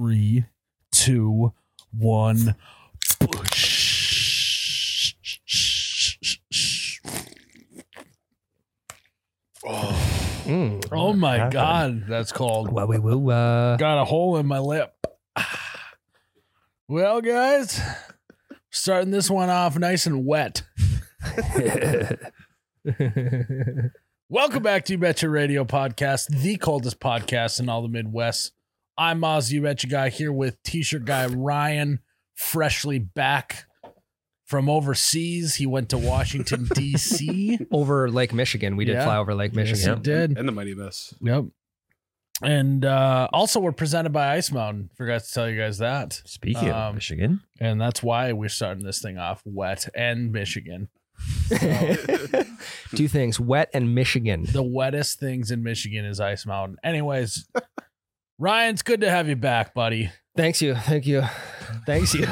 three, two, one. Oh, Mm. oh my Happened. God, that's called. Well, we will. Uh, Got a hole in my lip. Well, guys, starting this one off nice and wet. Welcome back to You Betcha Radio Podcast, the coldest podcast in all the Midwest. I'm Oz, You Betcha Guy, here with T-shirt guy Ryan, freshly back from overseas. He went to Washington D.C. over Lake Michigan, we did Yeah. fly over Lake Yes, he Michigan. did. and the Mighty Abyss. Yep. And uh, also, we're presented by Ice Mountain. Forgot to tell you guys that. Speaking Um, of Michigan, And that's why we're starting this thing off wet and Michigan. Two things: wet and Michigan. The wettest things in Michigan is Ice Mountain. Anyways, Ryan, it's good to have you back, buddy. Thanks you, thank you, thanks you.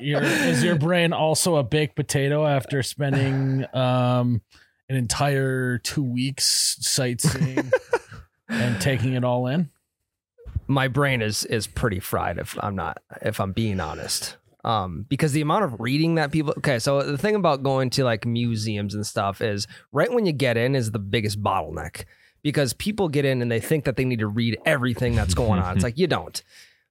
Your, is your brain also a baked potato after spending um, an entire two weeks sightseeing and taking it all in? My brain is is pretty fried. If I'm not, if I'm being honest. Um, because the amount of reading that people okay, so the thing about going to like museums and stuff is right when you get in is the biggest bottleneck because people get in and they think that they need to read everything that's going on. It's like you don't.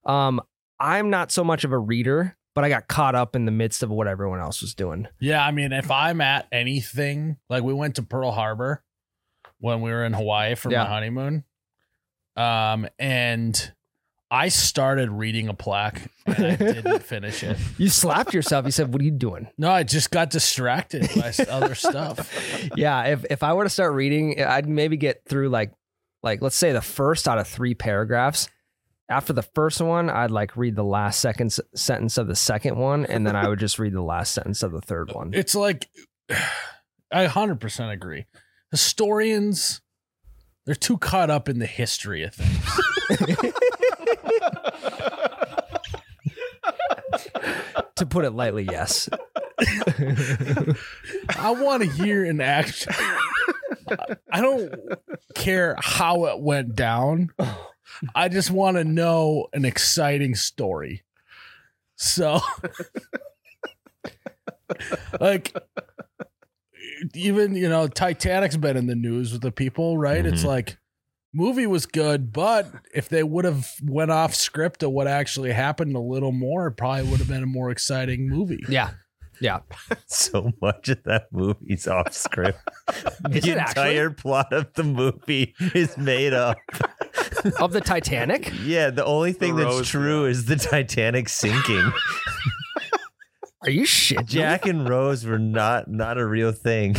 Um, I'm not so much of a reader, but I got caught up in the midst of what everyone else was doing. Yeah, I mean, if I'm at anything, like we went to Pearl Harbor when we were in Hawaii for Yeah. my honeymoon, um, and I started reading a plaque and I didn't finish it. You slapped yourself. You said, "What are you doing?" No, I just got distracted by s- other stuff. Yeah, if if I were to start reading, I'd maybe get through like like let's say the first out of three paragraphs. After the first one, I'd like read the last second s- sentence of the second one, and then I would just read the last sentence of the third one. It's like I 100% agree. Historians they're too caught up in the history of things. to put it lightly, yes. I want to hear an action. I don't care how it went down. I just want to know an exciting story. So, like, even, you know, Titanic's been in the news with the people, right? It's Mhm. like, movie was good, but if they would have went off script of what actually happened a little more, it probably would have been a more exciting movie. Yeah. so much of that movie's off script. Is the it actually? entire plot of the movie is made up. Of the Titanic? Yeah, the only thing that's Rose true is the Titanic sinking. Are you shit? Jack and Rose were not not a real thing.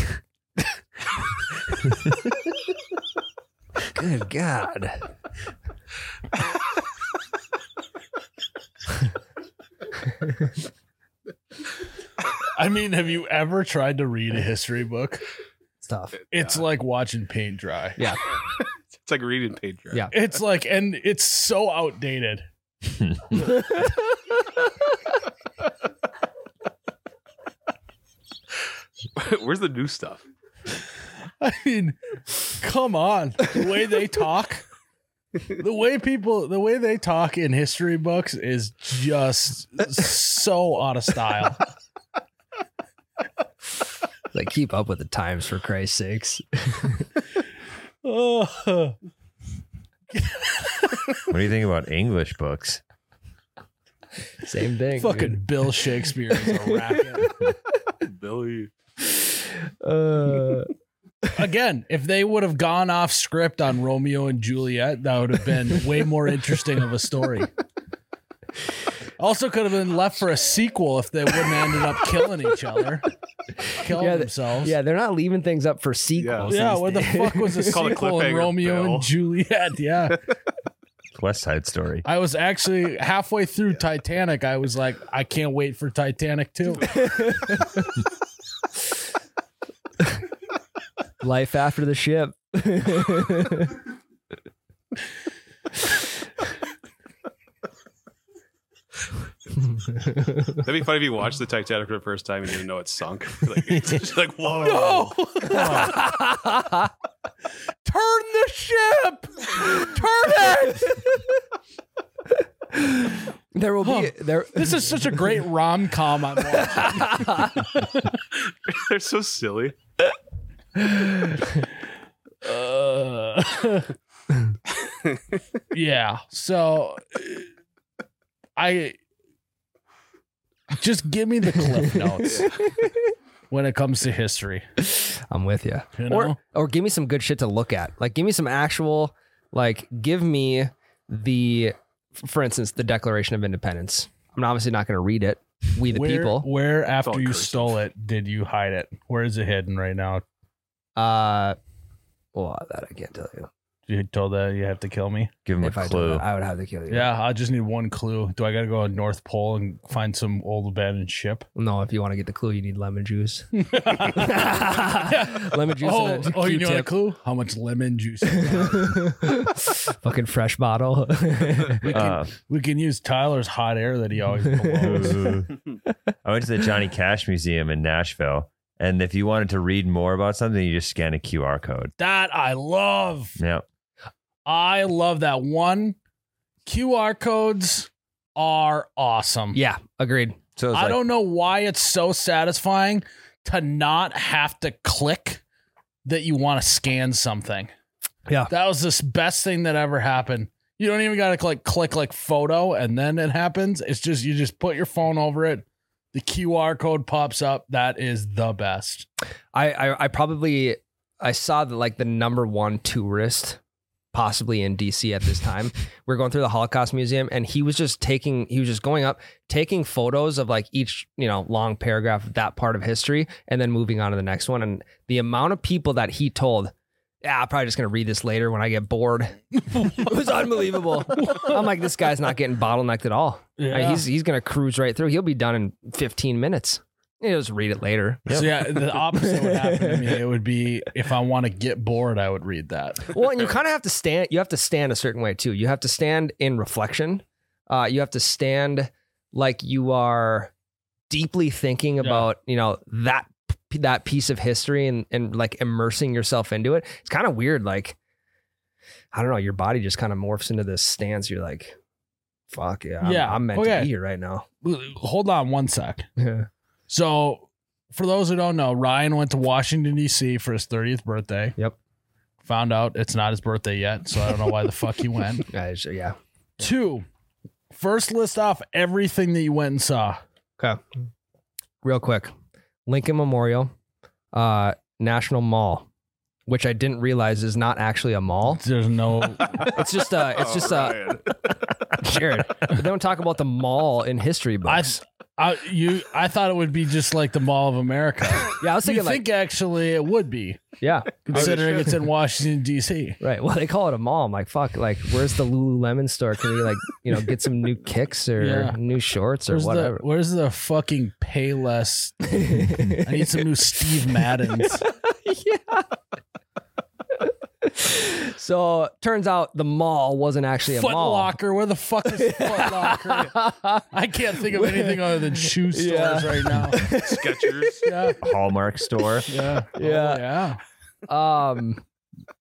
Good God. I mean, have you ever tried to read a history book? It's tough. It's like watching paint dry. Yeah. It's like reading page. right? Yeah. It's like, and it's so outdated. Where's the new stuff? I mean, come on. The way they talk, the way people, the way they talk in history books is just so out of style. Like keep up with the times for Christ's sakes. Oh, What do you think about English books? Same thing. fucking Bill Shakespeare is a racket. Billy. Uh, Again, if they would have gone off script on Romeo and Juliet, that would have been way more interesting of a story. Also, could have been left for a sequel if they wouldn't have ended up killing each other, killing Yeah, th- themselves. yeah, they're not leaving things up for sequels. yeah. these What the days. fuck was a It's called a sequel in cliffhanger, Romeo Bill. and Juliet? Yeah, West Side Story. I was actually halfway through Titanic. I was like, I can't wait for Titanic too. Life after the ship. That'd be funny if you watched the Titanic for the first time and you didn't know it sunk. Like, it's just like, whoa. Oh. No, turn the ship, turn it. There will be Huh. there. This is such a great rom com I'm watching. They're so silly. Uh, yeah. So uh, I just give me the cliff notes when it comes to history. I'm with you. You know? Or or give me some good shit to look at. Like give me some actual. Like give me the, for instance, the Declaration of Independence. I'm obviously not going to read it. We the where, people. Where all after you cursive. stole it did you hide it? Where is it hidden right now? Uh, well, that I can't tell you. You told that you have to kill me. Give him if a I told clue. that, I would have to kill you. Yeah, I just need one clue. Do I got to go on North Pole and find some old abandoned ship? No, if you want to get the clue, you need lemon juice. lemon juice. oh, and a oh, you know a Q-tip. clue? How much lemon juice? is left? Fucking fresh bottle. we, can, Uh, we can use Tyler's hot air that he always blows. I went to the Johnny Cash Museum in Nashville, and if you wanted to read more about something, you just scan a QR code. that I love. Yeah, I love that one. QR codes are awesome. yeah, agreed. so it's I like don't know why it's so satisfying to not have to click that you want to scan something. Yeah. That was the best thing that ever happened. You don't even got to click click like photo and then it happens. It's just you just put your phone over it. The QR code pops up. That is the best. I, I I probably I saw that like the number one tourist possibly in DC at this time. we are going through the Holocaust Museum and he was just taking he was just going up, taking photos of like each, you know, long paragraph of that part of history and then moving on to the next one. And the amount of people that he told, yeah, I'm probably just gonna read this later when I get bored. it was unbelievable. I'm like, this guy's not getting bottlenecked at all. Yeah. Like, he's he's gonna cruise right through. He'll be done in 15 minutes. He'll just read it later. So yeah, the opposite would happen to me. It would be if I want to get bored, I would read that. well, and you kind of have to stand. You have to stand a certain way too. You have to stand in reflection. Uh, you have to stand like you are deeply thinking about you know that that piece of history and and like immersing yourself into it. It's kind of weird. Like I don't know, your body just kind of morphs into this stance. You're like, fuck yeah, I'm, Yeah. I'm meant Okay. to be here right now. Hold on one sec. Yeah. So, for those who don't know, Ryan went to Washington D.C. for his 30th birthday. Yep. Found out it's not his birthday yet, so I don't know why the fuck he went. I just- yeah. Two, first list off everything that you went and saw. Okay. Real quick. Lincoln Memorial, uh, National Mall, which I didn't realize is not actually a mall. There's no. It's just a Oh, Oh, it's just uh, a Ryan. Jared. They don't talk about the mall in history I, books. I you I thought it would be just like the Mall of America. yeah, I was You thinking think like actually it would be yeah, considering it's in Washington D.C. right. Well, they call it a mall. I'm like, fuck, like where's the Lululemon store? Can we like, you know, get some new kicks or Yeah. new shorts or Where's the, whatever? where's the fucking Payless? I need some new Steve Maddens. so turns out the mall wasn't actually a Foot mall. Locker. Where the fuck is Foot Locker? I can't think of anything other than shoe stores Yeah. right now. Skechers. Yeah. Hallmark store. Yeah. Oh, Yeah. yeah. Um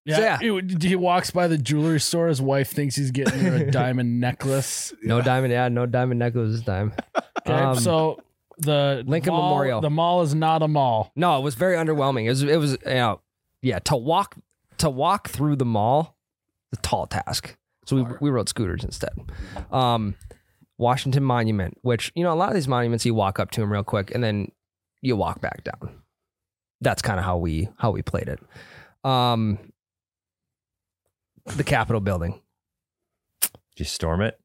Yeah. So, yeah. He, would- he walks by the jewelry store. His wife thinks he's getting her a diamond necklace. no diamond, yeah, no diamond necklace this time. Okay. Um, so the Lincoln mall- Memorial. The mall is not a mall. No, it was very underwhelming. It was it was you know, yeah, to walk to walk through the mall, the tall task. So we we rode scooters instead. Um Washington Monument, which you know, a lot of these monuments you walk up to them real quick and then you walk back down. That's kind of how we how we played it. Um the Capitol building. Just storm it.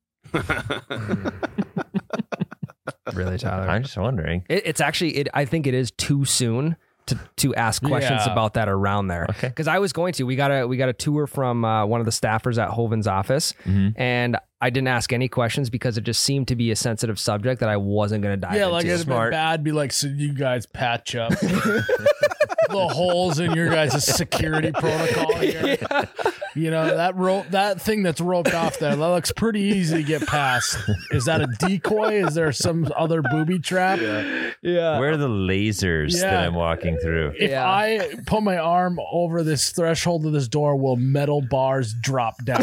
Really, Tyler? I'm just wondering. It, it's actually, it, I think it is too soon to to ask questions Yeah. about that around there. Okay. Because I was going to, we got a we got a tour from uh, one of the staffers at Hoven's office, Mhm. and I didn't ask any questions because it just seemed to be a sensitive subject that I wasn't going to dive yeah, into. like it'd Smart. be bad. Be like, so you guys patch up the holes in your guys' security protocol here. You know that rope, that thing that's roped off there. That looks pretty easy to get past. Is that a decoy? Is there some other booby trap? yeah. Where are the lasers that yeah. I'm walking through? If Yeah. I put my arm over this threshold of this door, will metal bars drop down?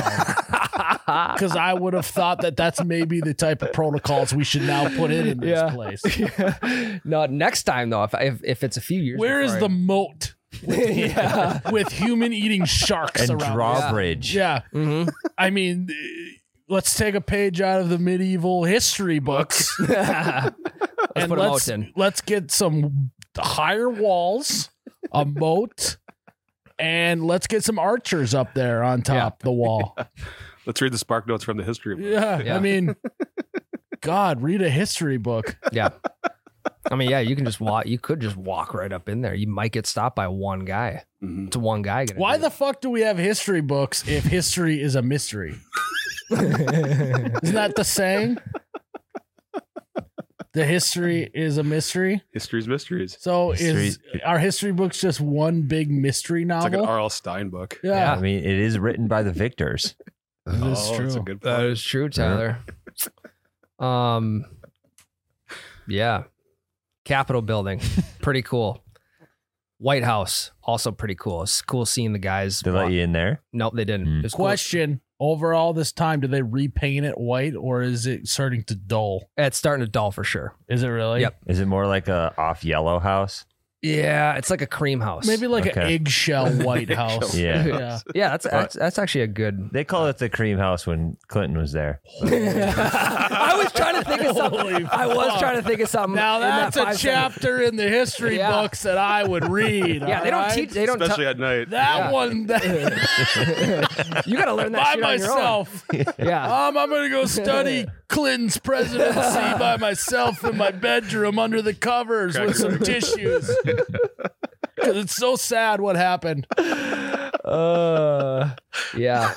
because I would have thought that that's maybe the type of protocols we should now put in in Yeah. this place. no, next time though, if if, if it's a few years, Where is before the moat I- yeah. with human eating sharks and around? us? drawbridge. Yeah, Mhm. I mean, let's take a page out of the medieval history books let's and put a let's moat in. let's get some higher walls, a moat, and let's get some archers up there on top the wall. Let's read the spark notes from the history. book. Yeah, I Yeah. mean, God, read a history book. Yeah. I mean, yeah, you can just walk. You could just walk right up in there. You might get stopped by one guy. Mhm. It's one guy. gonna Why do the fuck do we have history books if history is a mystery? it. Isn't that the saying? The history is a mystery. History's mysteries. So is our history books just one big mystery It's like novel? an R.L. Stein book. yeah, I mean, it is written by the victors. that's oh, true. That's a good that point. is true, Tyler? Um, yeah, Capitol building, pretty cool. White House, also pretty cool. It's cool seeing the guys. They let you in there. No, they didn't. Mm. It was cool. Question: Over all this time, do they repaint it white, or is it starting to dull? It's starting to dull for sure. Is it really? Yep. Is it more like a off yellow house? Yeah, it's like a cream house. Maybe like an Okay. eggshell White House. Yeah. yeah. Yeah, that's that's, that's actually a good. They called it the cream house when Clinton was there. I was trying to think of Holy something. I was fuck. trying to think of something. Now in that that's a five second- chapter in the history Yeah. books that I would read. Yeah, they don't alright? teach. They don't. Especially at night. that Yeah. one that, tell- you got to learn that by shit on your own. myself. Yeah. Um, I'm gonna go study Clinton's presidency by myself in my bedroom under the covers with some tissues. Because it's so sad what happened. Uh, yeah.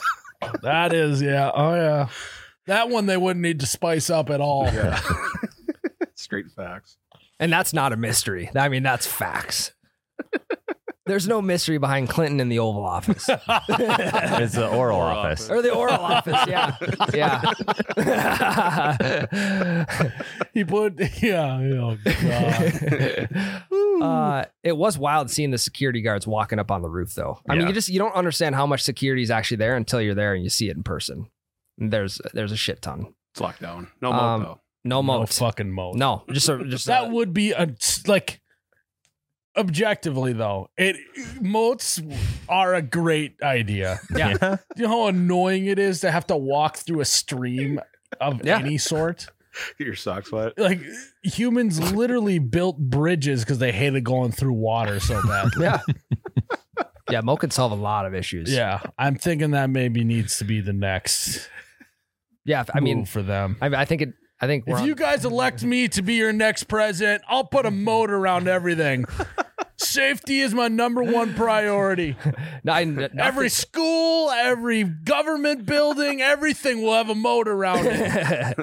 That is, yeah. Oh, yeah. That one they wouldn't need to spice up at all. Yeah. Straight facts. And that's not a mystery. I mean, that's facts. There's no mystery behind Clinton in the Oval Office It's the oral Oral office. or the Oral Office. Yeah. Yeah. He put, yeah. Oh, God. uh, it was wild seeing the security guards walking up on the roof, though. I mean, Yeah. you just you don't understand how much security is actually there until you're there and you see it in person. And There's there's a shit ton. It's locked down. No Um, moat, No No moat. fucking moat. No, just a, just That a- would be a like objectively though. It moats are a great idea. Yeah. Uh-huh. Do you know how annoying it is to have to walk through a stream of Yeah. any sort? though. Get your socks wet. Like humans literally built bridges because they hated going through water so badly. yeah. yeah, moat can solve a lot of issues. yeah, I'm thinking that maybe needs to be the next. yeah. I mean, move for them. I, I think it. I think we're If on- you guys elect me to be your next president, I'll put a moat around everything. Safety is my number one priority. no, I- nothing- Every school, every government building, everything will have a moat around it.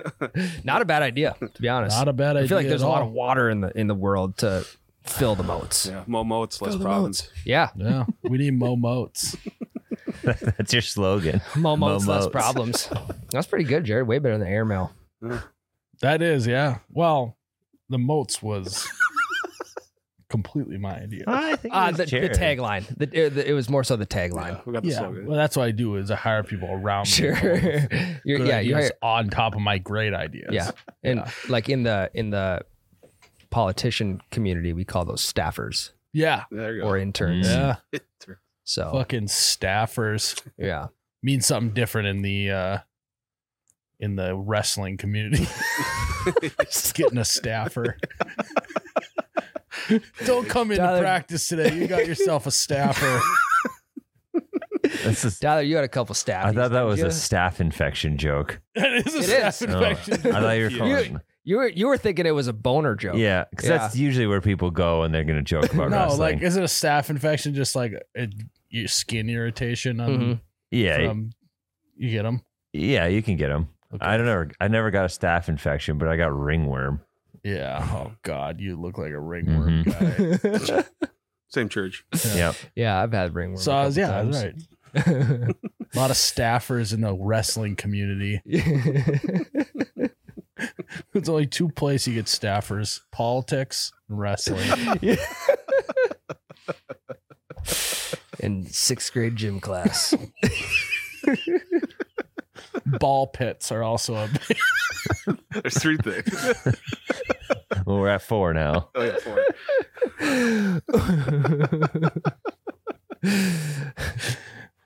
not a bad idea to be honest. Not a bad idea. I feel like there's at a lot all. of water in the in the world to fill the moats. Yeah. More moats, less problems. Yeah, Yeah, we need mo moats. That's your slogan. Mo moats, less moats. problems. That's pretty good, Jared. Way better than the airmail. That is, yeah. Well, the moats was completely my idea. I think Uh, the, the tagline. The, uh, the- it was more so the tagline. Yeah, we got the Yeah, slogan. well, that's what I do is I hire people around Sure. me. You're, Good yeah, you ideas hire, on top of my great ideas. yeah, and like in the in the politician community, we call those staffers yeah, There you go. or interns. yeah. So Fucking staffers yeah, means something different in the uh in the wrestling community. Just getting a staffer. Don't come into Tyler- practice today. You got yourself a staffer. That's a- Tyler, you had a couple staffies. I thought that didn't was you? a staph infection joke. That is a It staff is. Oh, I infection. thought you were calling. You were you were thinking it was a boner joke. Yeah, because that's usually where people go when they're going to joke about no, wrestling. like, is it a staph infection? Just like a, your skin irritation? On, Mhm. yeah, from- you get them. yeah, you can get them. Okay. I don't know. I never got a staph infection, but I got ringworm. Yeah. Oh God, you look like a ringworm Mm-hmm. guy. Same church. Yeah, yeah, I've had ringworm. So a I was, couple yeah, I was right. times. A lot of staffers in the wrestling community. It's only two places you get staffers: politics and wrestling. In sixth grade gym class. ball pits are also a big There's three things. Well, we're at four now. Oh, yeah, four.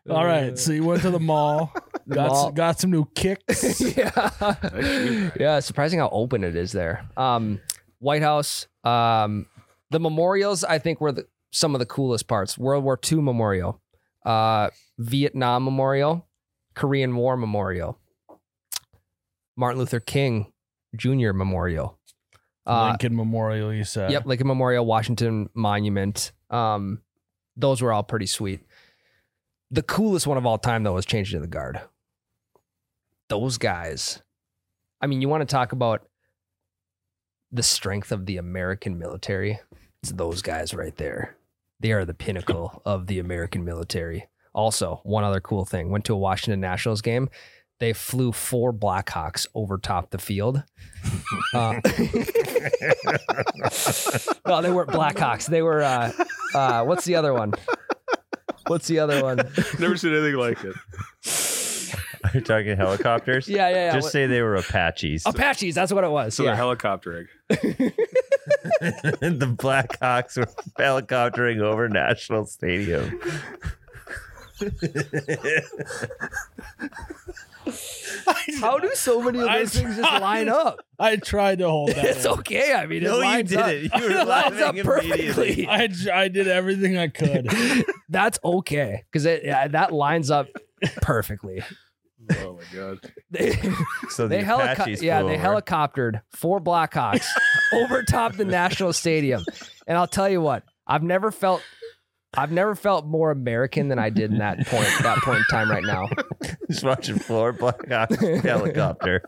All right, so you went to the mall, got Mall. s- got some new kicks. yeah. yeah, surprising how open it is there. Um, White House, um, the memorials, I think, were the, some of the coolest parts. World War II memorial, uh, Vietnam memorial, Korean War memorial, Martin Luther King Jr. memorial. Uh, Lincoln Memorial, you said. Yep, Lincoln Memorial, Washington Monument. Um, those were all pretty sweet. The coolest one of all time, though, was changing to the guard. Those guys. I mean, you want to talk about the strength of the American military? It's those guys right there. They are the pinnacle of the American military. Also, one other cool thing went to a Washington Nationals game. They flew four Blackhawks over top the field. Uh, no, they weren't Blackhawks. They were uh, uh, what's the other one? What's the other one? Never seen anything like it. You're talking helicopters? Yeah, yeah, yeah. Just What- say they were Apaches. Apaches. That's what it was. So yeah. they're helicoptering. the Blackhawks were helicoptering over National Stadium. How do so many of I those things just line up? I tried to hold that. It's in. okay. I mean, it No, you lines up. didn't. You were it lines laughing up perfectly. immediately. I, j- I did everything I could. That's okay because yeah, that lines up perfectly. Oh my god. They, So the they Apaches. helico- yeah, flew they over. helicoptered four Blackhawks over top the National Stadium, and I'll tell you what, I've never felt. I've never felt more American than I did in that point, that point in time right now. Just watching floor Blackhawks helicopter.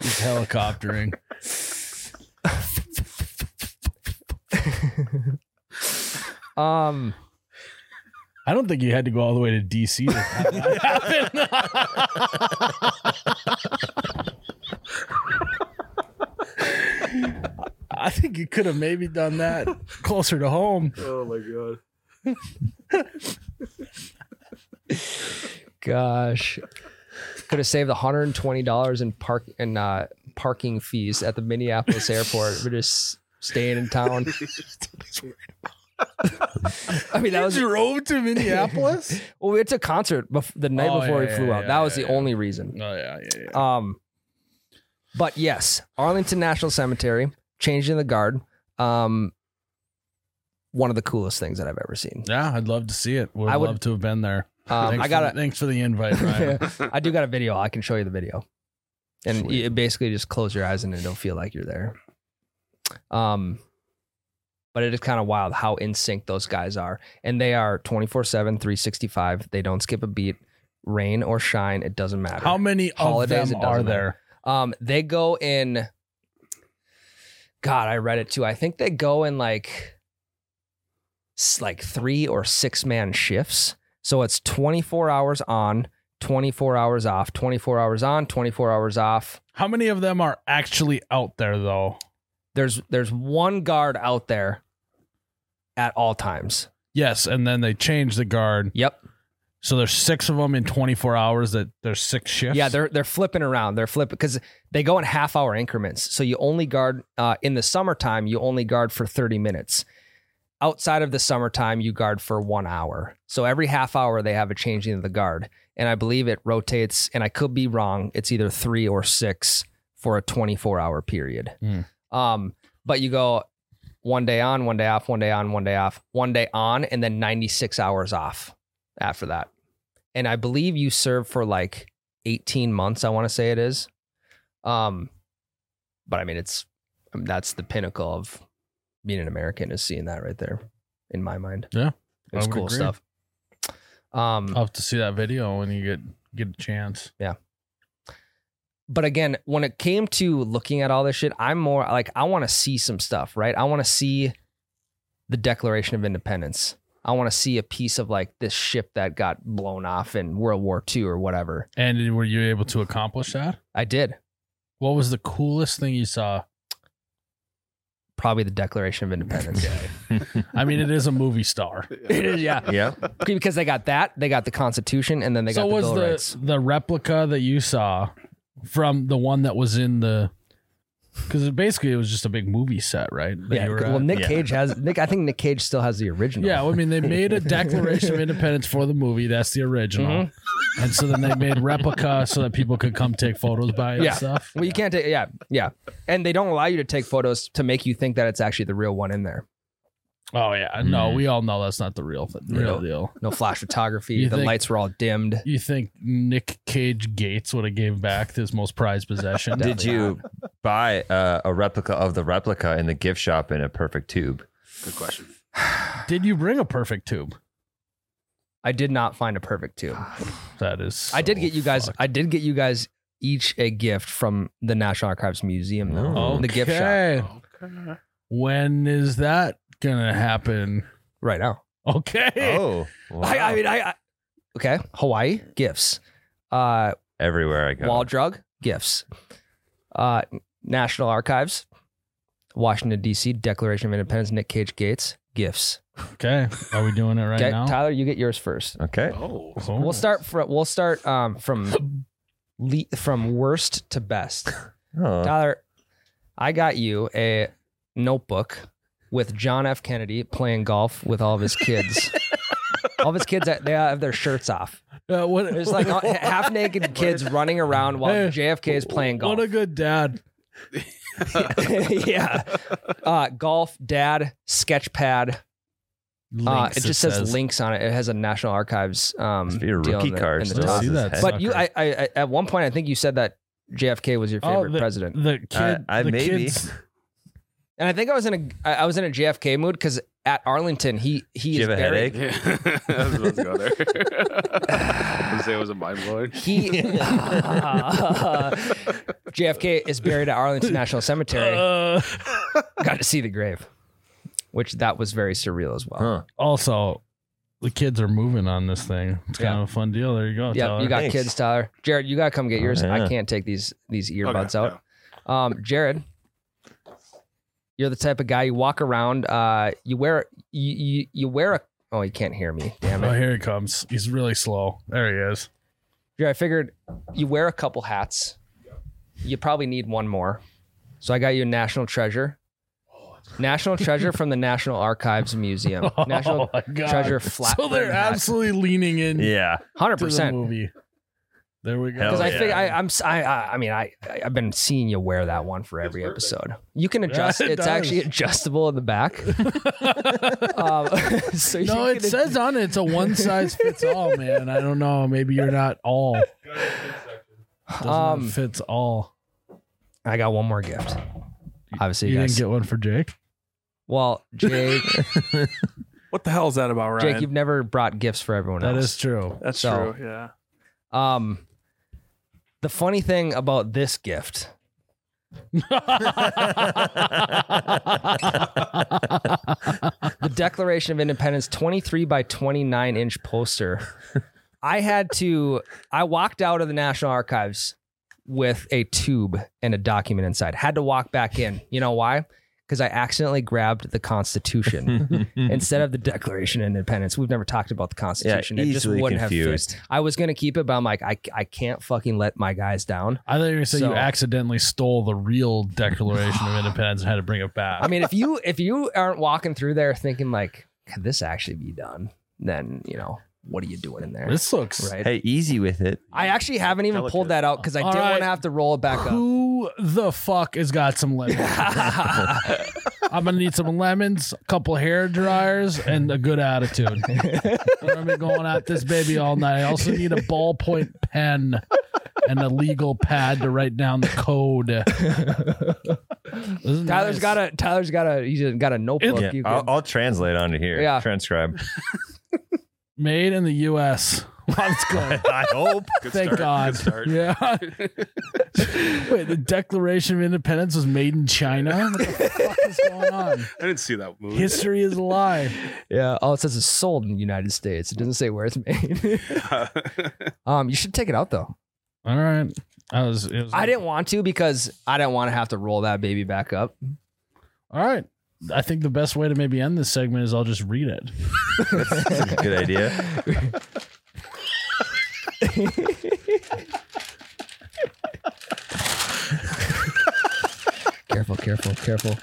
He's helicoptering. Um, I don't think you had to go all the way to DC to have that happen. I think you could have maybe done that closer to home. Oh my god. gosh, could have saved one hundred and twenty dollars in park and uh, parking fees at the Minneapolis airport. We're just staying in town. I mean, that was drove to Minneapolis. well. We went to a concert bef- the night Oh, before yeah, we flew yeah, out. yeah, that was yeah, the yeah. only reason. Oh yeah, yeah, yeah. Um, but yes, Arlington National Cemetery, changing the guard. Um, one of the coolest things that I've ever seen. Yeah, I'd love to see it. Would I I would- love to have been there. Um, thanks I got for, thanks for the invite, Ryan. a, I do got a video. I can show you the video, and Sweet. you basically just close your eyes and it don't feel like you're there. Um, but it is kind of wild how in sync those guys are, and they are 24 7 365. They don't skip a beat, rain or shine, it doesn't matter. How many Holidays, of it them doesn't are there? Um, they go in. God, I read it too. I think they go in like, s- like three or six man shifts. So it's twenty four hours on, twenty four hours off, twenty four hours on, twenty four hours off. How many of them are actually out there though? There's there's one guard out there at all times. Yes, and then they change the guard. Yep. So there's six of them in 24 hours. That there's six shifts. Yeah, they're they're flipping around. They're flipping because they go in half hour increments. So you only guard uh, in the summertime. You only guard for thirty minutes. Outside of the summertime, you guard for one hour. So every half hour they have a changing of the guard, and I believe it rotates. And I could be wrong. It's either three or six for a twenty-four hour period. Hmm. Um, but you go one day on, one day off, one day on, one day off, one day on, and then ninety-six hours off after that. And I believe you serve for like 18 months i want to say it is um but i mean it's I mean, that's the pinnacle of being an american is seeing that right there in my mind Yeah, I it's would cool agree. Oh. stuff um I'll have to see that video when you get get a chance. but again when it came to looking at all this shit i'm more like i want to see some stuff right i want to see the declaration of independence i want to see a piece of like this ship that got blown off in world war ii or whatever And were you able to accomplish that? i did What was the coolest thing you saw? probably the Declaration of Independence. I mean, it is a movie star. It is, yeah. Yeah. Because they got that, they got the Constitution, and then they so got the was Bill of the Rights. the replica that you saw from the one that was in the because basically it was just a big movie set, right? that Yeah, you were well, at? Nick Yeah. Cage has Nick. I think Nick Cage still has the original. Yeah, well, I mean, they made a Declaration of Independence for the movie. That's the original, Mm-hmm. and so then they made replica so that people could come take photos by it Yeah. and stuff. Well, you can't take. Yeah, yeah, and they don't allow you to take photos to make you think that it's actually the real one in there. Oh yeah, no, Mm-hmm. we all know that's not the real th- real Yeah. deal. No flash photography. You the think- lights were all dimmed. You think Nick Cage Gates would have gave back his most prized possession? Did you buy uh, a replica of the replica in the gift shop in a perfect tube? Good question. Did you bring a perfect tube? I did not find a perfect tube. That is. I did so get you guys. fucked. I did get you guys each a gift from the National Archives Museum. Though, Oh. Ooh. The gift shop Okay. Okay. When is that gonna happen? right now. Okay. Oh, I, I wow. mean, I, I okay. Hawaii gifts. Uh, everywhere I go. Wall drug gifts. Uh, National Archives, Washington D.C. Declaration of Independence. Nick Cage Gates gifts. Okay. Are we doing it right Oh. okay, now? Tyler, you get yours first. okay. Oh. Oh. We'll start from we'll start um from le- from worst to best. Oh, Tyler, I got you a notebook with John F. Kennedy playing golf with all of his kids. all of his kids, uh, they have their shirts off. Uh, what, There's like half naked kids running around while Hey, JFK is playing golf. What a good dad. yeah. Uh, golf, dad, sketch pad. Uh, Links, it just says, links on it. It has a National Archives um, must be a deal in rookie the- card. in the still top. on See his that head. sucker. But you, I, I, I- at one point, I think you said that JFK was your Oh, favorite the- president, The kid. I- I the maybe. Kids, and I think I was in a, I I was in a JFK mood because at Arlington, he he Do is you have a buried- headache? Yeah. I was about to go there. I was gonna say it was a mind blowing. He JFK is buried at Arlington National Cemetery. uh, Got to see the grave, which that was very surreal as well. Huh. also, the kids are moving on this thing. It's kind Yeah. of a fun deal. There you go. Yeah, Tyler. you got Thanks. kids, Tyler. Jared, you gotta come get Oh, yours. I yeah. can't take these these earbuds Okay, out. Um, Jared, you're the type of guy you walk around. Uh, you wear you you, you wear a. Oh, you can't hear me. Damn Oh, it. here he comes. He's really slow. There he is. Jared, I figured you wear a couple hats. You probably need one more. So I got you a national treasure. National treasure from the National Archives Museum. National oh my God. treasure flat. So they're absolutely leaning in Yeah. hundred to the percent. movie. There we go. Hell Because I yeah. think I, I'm, si I, I mean, I, I- I've been seeing you wear that one for every episode. You can adjust; it it's does. actually adjustable in the back. um, so you No, can- it says on it, it's a one size fits all, man. I don't know. Maybe you're not all. Doesn't Um, fits all. I got one more gift. Obviously, You you guys. didn't get one for Jake. well, Jake, What the hell is that about, Ryan? Jake, you've never brought gifts for everyone That else. is true. That's So- true. Yeah. Um, the funny thing about this gift the Declaration of Independence 23 by 29 inch poster. I had to, I walked out of the National Archives with a tube and a document inside. Had to walk back in. You know why? Because I accidentally grabbed the Constitution instead of the Declaration of Independence. We've never talked about the Constitution. it just easily wouldn't confused. have fit. I was going to keep it, but I'm like, I, I can't fucking let my guys down. I thought you were going to say So- you accidentally stole the real Declaration of Independence and had to bring it back. I mean, if you if you aren't walking through there thinking like, could this actually be done? Then you know what are you doing in there, this looks. right? Hey, easy with it. I actually haven't even Delicate. pulled that out because I All didn't want right. to have to roll it back up. Who the fuck has got some lemons? I'm gonna need some lemons, a couple hair dryers, and a good attitude. I'm gonna be going at this baby all night. I also need a ballpoint pen and a legal pad to write down the code. Tyler's got a Tyler's got a he's got a notebook. Yeah, you I'll, can- I'll translate onto here. Yeah. Transcribe. made in the U.S. Wow, Let's go. I hope. Good Thank start. God. Good start. Yeah. Wait, the Declaration of Independence was made in China. What the fuck is going on? I didn't see that movie. History is a lie. yeah. All it says is sold in the United States. It doesn't say where it's made. um, you should take it out though. All right. I was. It was I didn't want to because I didn't want to have to roll that baby back up. All right. I think the best way to maybe end this segment is I'll just read it. That's a good idea. Careful, careful, careful.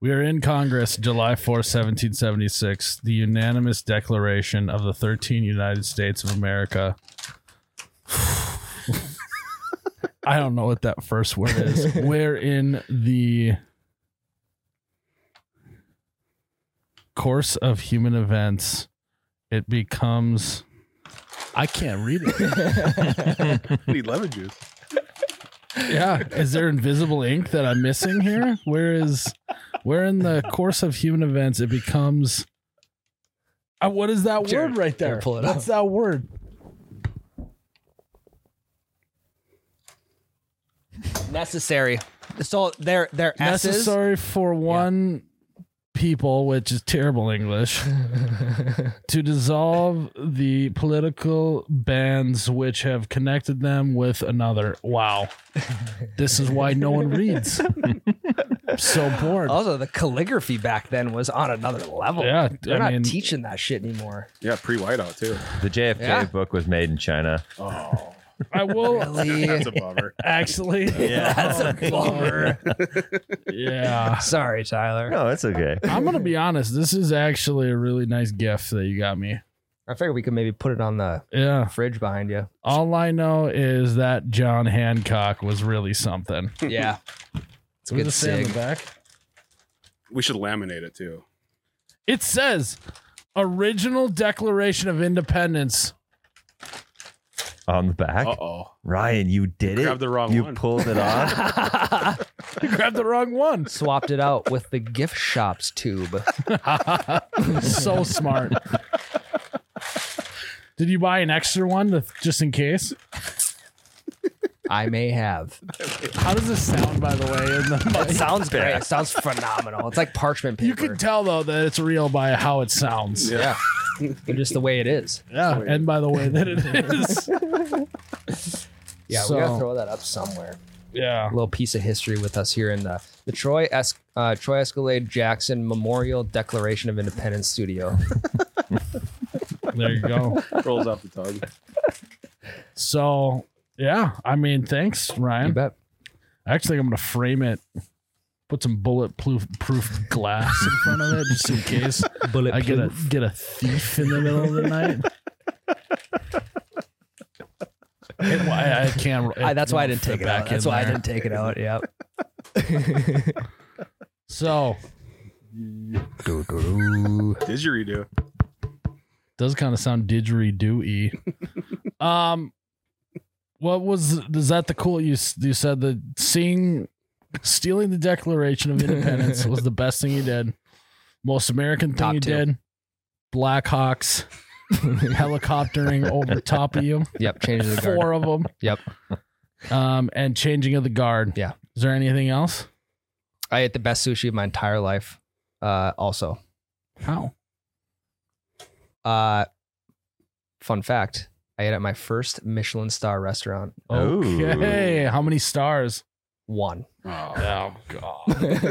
We are in Congress, July fourth, 1776, the unanimous declaration of the 13 United States of America. I don't know what that first word is. We're in the course of human events. It becomes. I can't read it. need lemon juice. Yeah. Is there invisible ink that I'm missing here? Where is where in the course of human events it becomes Uh, what is that Jared, word right there? Jared, pull it What's that word? Necessary. So they're they're S's. Necessary for one people, which is terrible English, to dissolve the political bands which have connected them with another. Wow. this is why no one reads. I'm so bored. Also, the calligraphy back then was on another level. Yeah, they're I not mean- teaching that shit anymore. Yeah, pre whiteout too. The JFK Yeah. book was made in China. Oh, I will Really? that's a bummer. actually. Yeah. That's a bummer. Yeah. Sorry, Tyler. no, it's okay. I'm gonna be honest. This is actually a really nice gift that you got me. I figured we could maybe put it on the Yeah. fridge behind you. All I know is that John Hancock was really something. Yeah. It's a What good does it say on sig. the back? We should laminate it too. It says original Declaration of Independence. On the back. Uh oh. Ryan, you did it. Grabbed the wrong you one. pulled it off. You grabbed the wrong one. Swapped it out with the gift shop's tube. so smart. Did you buy an extra one to, just in case? I may have. How does this sound, by the way? In the It sounds great. It sounds phenomenal. It's like parchment paper. you can tell though that it's real by how it sounds. yeah. Just the way it is. Yeah, and by the way that it is. Yeah, So- we gotta throw that up somewhere. Yeah. A little piece of history with us here in the, the Troy es- uh, Troy Escalade Jackson Memorial Declaration of Independence Studio. There you go. Rolls off the tongue. So yeah, I mean, thanks, You Ryan. bet. I actually think I'm gonna frame it, put some bullet proof, proof glass in front of it just in case Bullet I get a get a thief in the middle of the night. It- I, I can't. I, that's why I won't didn't fit take it out. back That's in why I there. didn't take it out. Yep. So Didgeridoo. does kind of sound didgeridoo-y. um, what was is that the cool you s- you said the seeing stealing the Declaration of Independence was the best thing you did, most American thing Top you two. did. Blackhawks helicoptering over top of you, Yep. Change the guard. four of them. Yep. Um, and changing of the guard. Yeah. Is there anything else? I ate the best sushi of my entire life. Uh, also, How? uh, fun fact: I ate at my first Michelin star restaurant. Okay. How many stars? One. Oh. Oh God. it's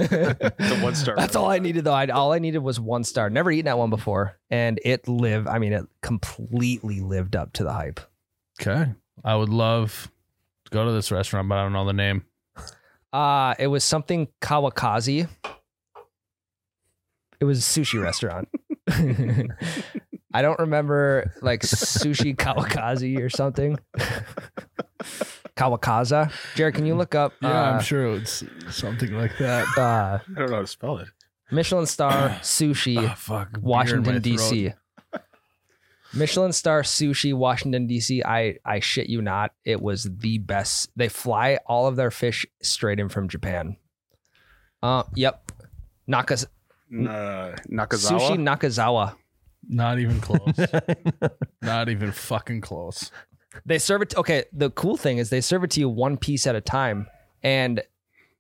a one-star That's all I needed, though. I, all I needed was one star. Never eaten at one before, and it lived. I mean, it completely lived up to the hype. Okay. I would love to go to this restaurant, but I don't know the name. Uh, it was something Kawakazi. It was a sushi restaurant. I don't remember like sushi Kawakazi or something. Kawakaza. Jared, can you look up Yeah, uh, I'm sure it's something like that. uh, I don't know how to spell it. Michelin star Ah, sushi, fuck. Washington D.C. Michelin star sushi, Washington D.C. I I shit you not, it was the best. They fly all of their fish straight in from Japan. Uh, yep, Nakas- Uh, Nakazawa. Sushi Nakazawa. Not even close. Not even fucking close. They serve it. Okay, the cool thing is they serve it to you one piece at a time. And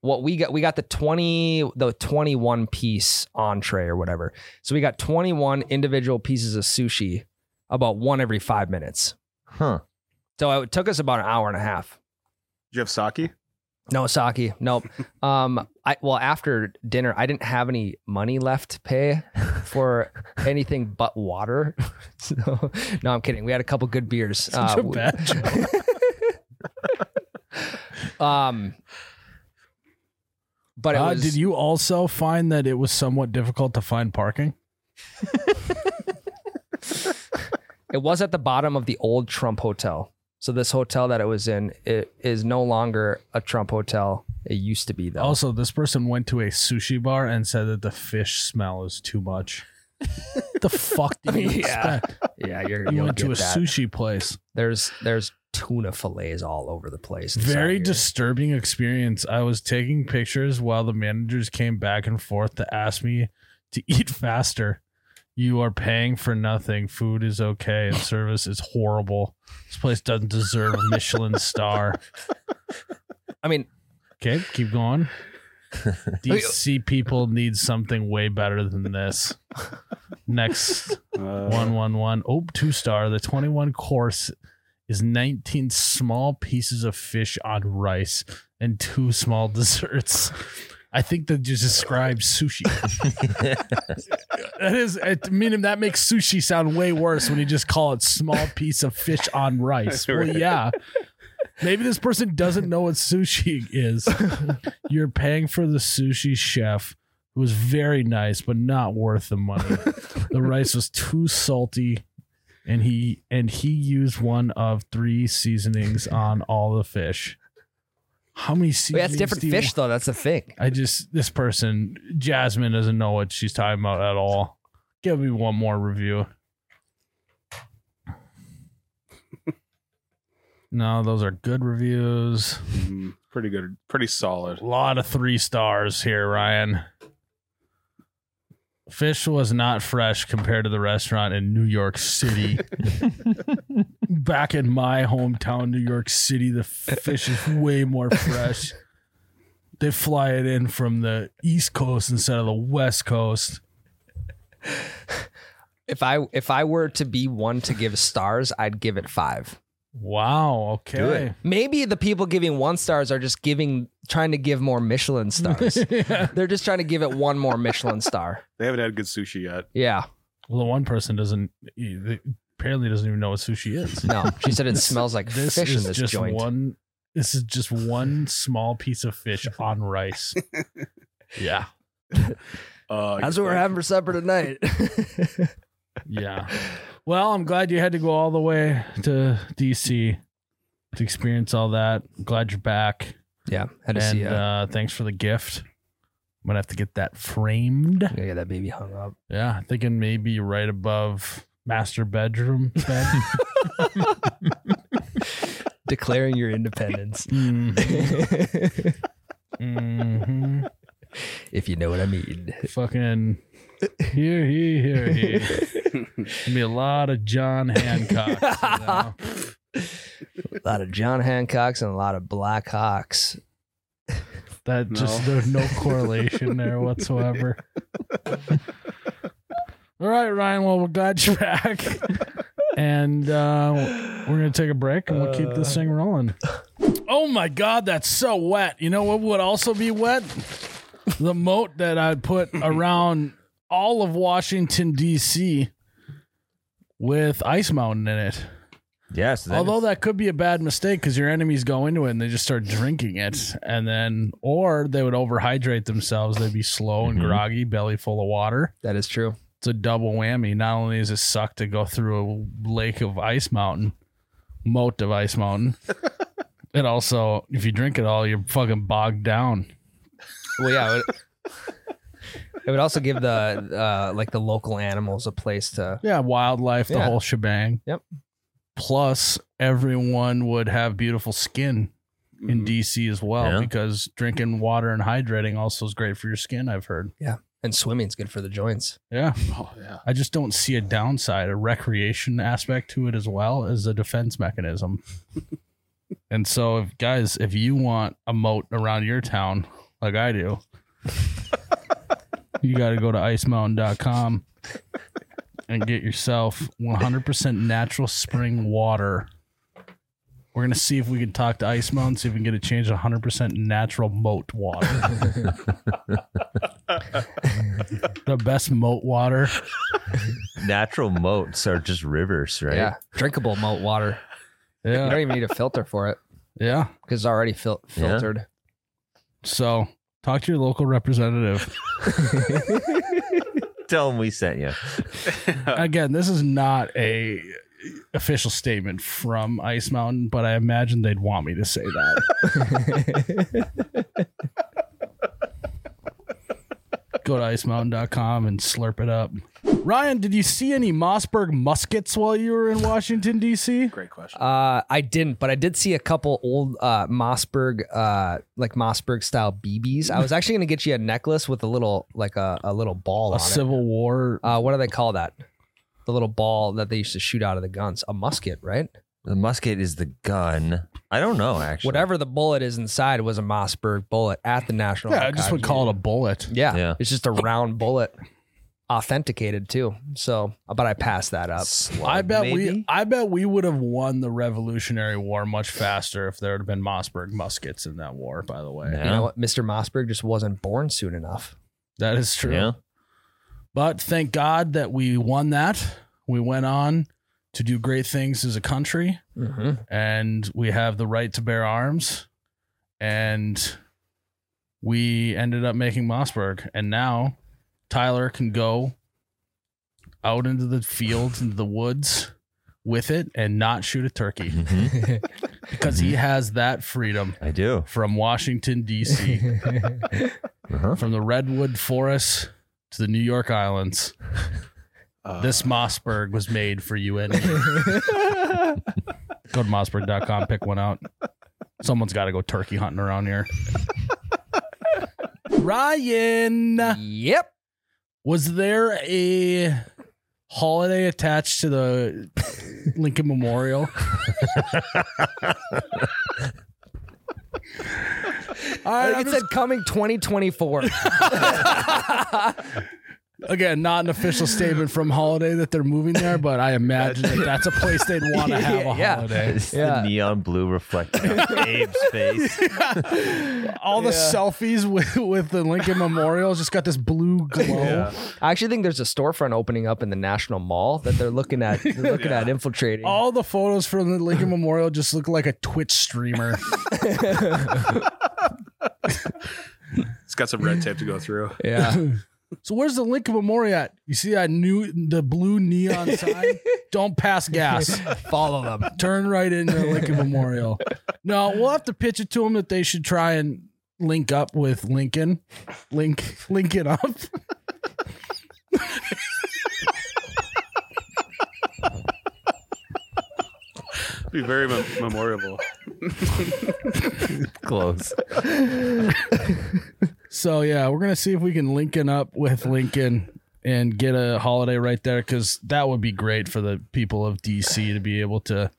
what we got, we got the twenty, the twenty-one piece entree or whatever. So we got twenty-one individual pieces of sushi, about one every five minutes. Huh. So it took us about an hour and a half. Did you have sake? No sake. Nope. Um, I well after dinner, I didn't have any money left to pay for anything but water. So, no, I'm kidding. We had a couple good beers. Uh, Such a we- bad joke. um, but it Uh, was, did you also find that it was somewhat difficult to find parking? it was at the bottom of the old Trump Hotel. So this hotel that it was in it is no longer a Trump Hotel. It used to be though. Also, this person went to a sushi bar and said that the fish smell is too much. the fuck do you Yeah. expect? yeah, you're, You you'll went to a get that. sushi place. There's there's tuna fillets all over the place. It's Very out here. disturbing experience. I was taking pictures while the managers came back and forth to ask me to eat faster. You are paying for nothing. Food is okay and service is horrible. This place doesn't deserve a Michelin star. I mean, Okay, keep going. DC people need something way better than this. Next Uh, one one one. Oh, two star. The twenty one course is nineteen small pieces of fish on rice and two small desserts. I think that just describes sushi. that is, I mean, that makes sushi sound way worse when you just call it small piece of fish on rice. Well, Right. yeah. Maybe this person doesn't know what sushi is. You're paying for the sushi chef who was very nice, but not worth the money. the rice was too salty, and he and he used one of three seasonings on all the fish. How many wait, seasonings? that's different do you fish though. That's the thing. I just this person Jasmine doesn't know what she's talking about at all. Give me one more review. no, those are good reviews. mm, pretty good. Pretty solid. A lot of three stars here, Ryan. Fish was not fresh compared to the restaurant in New York City. Back in my hometown, New York City, the fish is way more fresh. They fly it in from the East Coast instead of the West Coast. If I if I were to be one to give stars, I'd give it five. Wow. Okay. Maybe the people giving one stars are just giving trying to give more Michelin stars. They're just trying to give it one more Michelin star. They haven't had good sushi yet. Yeah. Well, the one person doesn't apparently doesn't even know what sushi is. No. She said it smells like This fish is in this just joint. one. This is just one small piece of fish on rice. yeah, Uh, That's what we're having for supper tonight. yeah. Well, I'm glad you had to go all the way to DC to experience all that. glad you're back, yeah. Had to and see ya. uh, thanks for the gift. I'm gonna have to get that framed. I'm gonna get that baby hung up. Yeah, I'm thinking maybe right above master bedroom bed. Declaring your independence. Mm-hmm. hmm if you know what I mean. Fucking here, here, here, here. Gonna be a lot of John Hancock. you know? A lot of John Hancocks and a lot of Black Hawks. That just there's no correlation there whatsoever. All right, Ryan. Well, we're glad you're back, and uh, we're gonna take a break and we'll keep this thing rolling. Oh my God, that's so wet. You know what would also be wet? The moat that I put around all of Washington D.C. with Ice Mountain in it. Yes. Although that could be a bad mistake because your enemies go into it and they just start drinking it, and then or they would overhydrate themselves. They'd be slow and Mhm. groggy, belly full of water. That is true. It's a double whammy. Not only does it suck to go through a lake of ice mountain, moat of ice mountain, it also if you drink it all, you're fucking bogged down. Well, yeah. It would, it would also give the uh, like the local animals a place to. Yeah, wildlife, the Yeah. whole shebang. Yep. Plus, everyone would have beautiful skin. in Mhm. DC as well Yeah. because drinking water and hydrating also is great for your skin. I've heard. And swimming's good for the joints. Yeah, Oh yeah. I just don't see a downside. A recreation aspect to it as well as a defense mechanism. and so, if, guys, if you want a moat around your town like I do, you got to go to icemountain.com and get yourself 100% natural spring water We're gonna see if we can talk to Ice Mo and see if we can get a change to 100 percent natural moat water. the best moat water. Natural moats are just rivers, right? Yeah, drinkable malt water. You Yeah, don't even need a filter for it yeah. because it's already fil- Yeah. filtered. So talk to your local representative. Tell them we sent you. Again, this is not a official statement from Ice Mountain, but I imagine they'd want me to say that. Go to icemountain.com and slurp it up. Ryan, did you see any Mossberg muskets while you were in Washington D.C.? Great question. Uh, I didn't, but I did see a couple old uh, Mossberg, uh, like Mossberg style BBs. I was actually gonna get you a necklace with a little, like a, a little ball A on it. Civil War Uh, what do they call that? The little ball that they used to shoot out of the guns, a musket, right? The musket is the gun. I don't know actually. Whatever the bullet is inside was a Mossberg bullet at the National. Yeah, I just would call it a bullet. Yeah, Yeah. it's just a round bullet, authenticated too. So, but I passed that up. Slug, I bet we maybe? I bet we would have won the Revolutionary War much faster if there had been Mossberg muskets in that war, by the way. Yeah. You know what? Mr. Mossberg just wasn't born soon enough. That is true. Yeah. But thank God that we won that. We went on to do great things as a country Mm-hmm. and we have the right to bear arms and we ended up making Mossberg and now Tyler can go out into the fields into the woods with it and not shoot a turkey. Mhm. because he has that freedom I do. from Washington D.C. Uh-huh. from the redwood forests to the New York islands. Uh, This Mossberg was made for you and me. go to mossberg.com, pick one out. Someone's got to go turkey hunting around here. Ryan, yep. was there a holiday attached to the Lincoln Memorial? All right, it I'm just said coming 2024. Again, not an official statement from Holiday that they're moving there, but I imagine that that's a place they'd want to have a Yeah. holiday. It's Yeah. the neon blue reflecting on Abe's face. All the Yeah. selfies with, with the Lincoln Memorial just got this blue glow. I actually think there's a storefront opening up in the National Mall that they're looking at they're looking at infiltrating. All the photos from the Lincoln Memorial just look like a Twitch streamer. it's got some red tape to go through. yeah. so where's the Lincoln Memorial at? You see that new the blue neon sign? Don't pass gas. Follow them. Turn right into Lincoln Memorial. No, we'll have to pitch it to them that they should try and link up with Lincoln. Link link it up. It'd be very mem- memorable. Close. So yeah, we're gonna see if we can Lincoln up with Lincoln and get a holiday right there because that would be great for the people of DC to be able to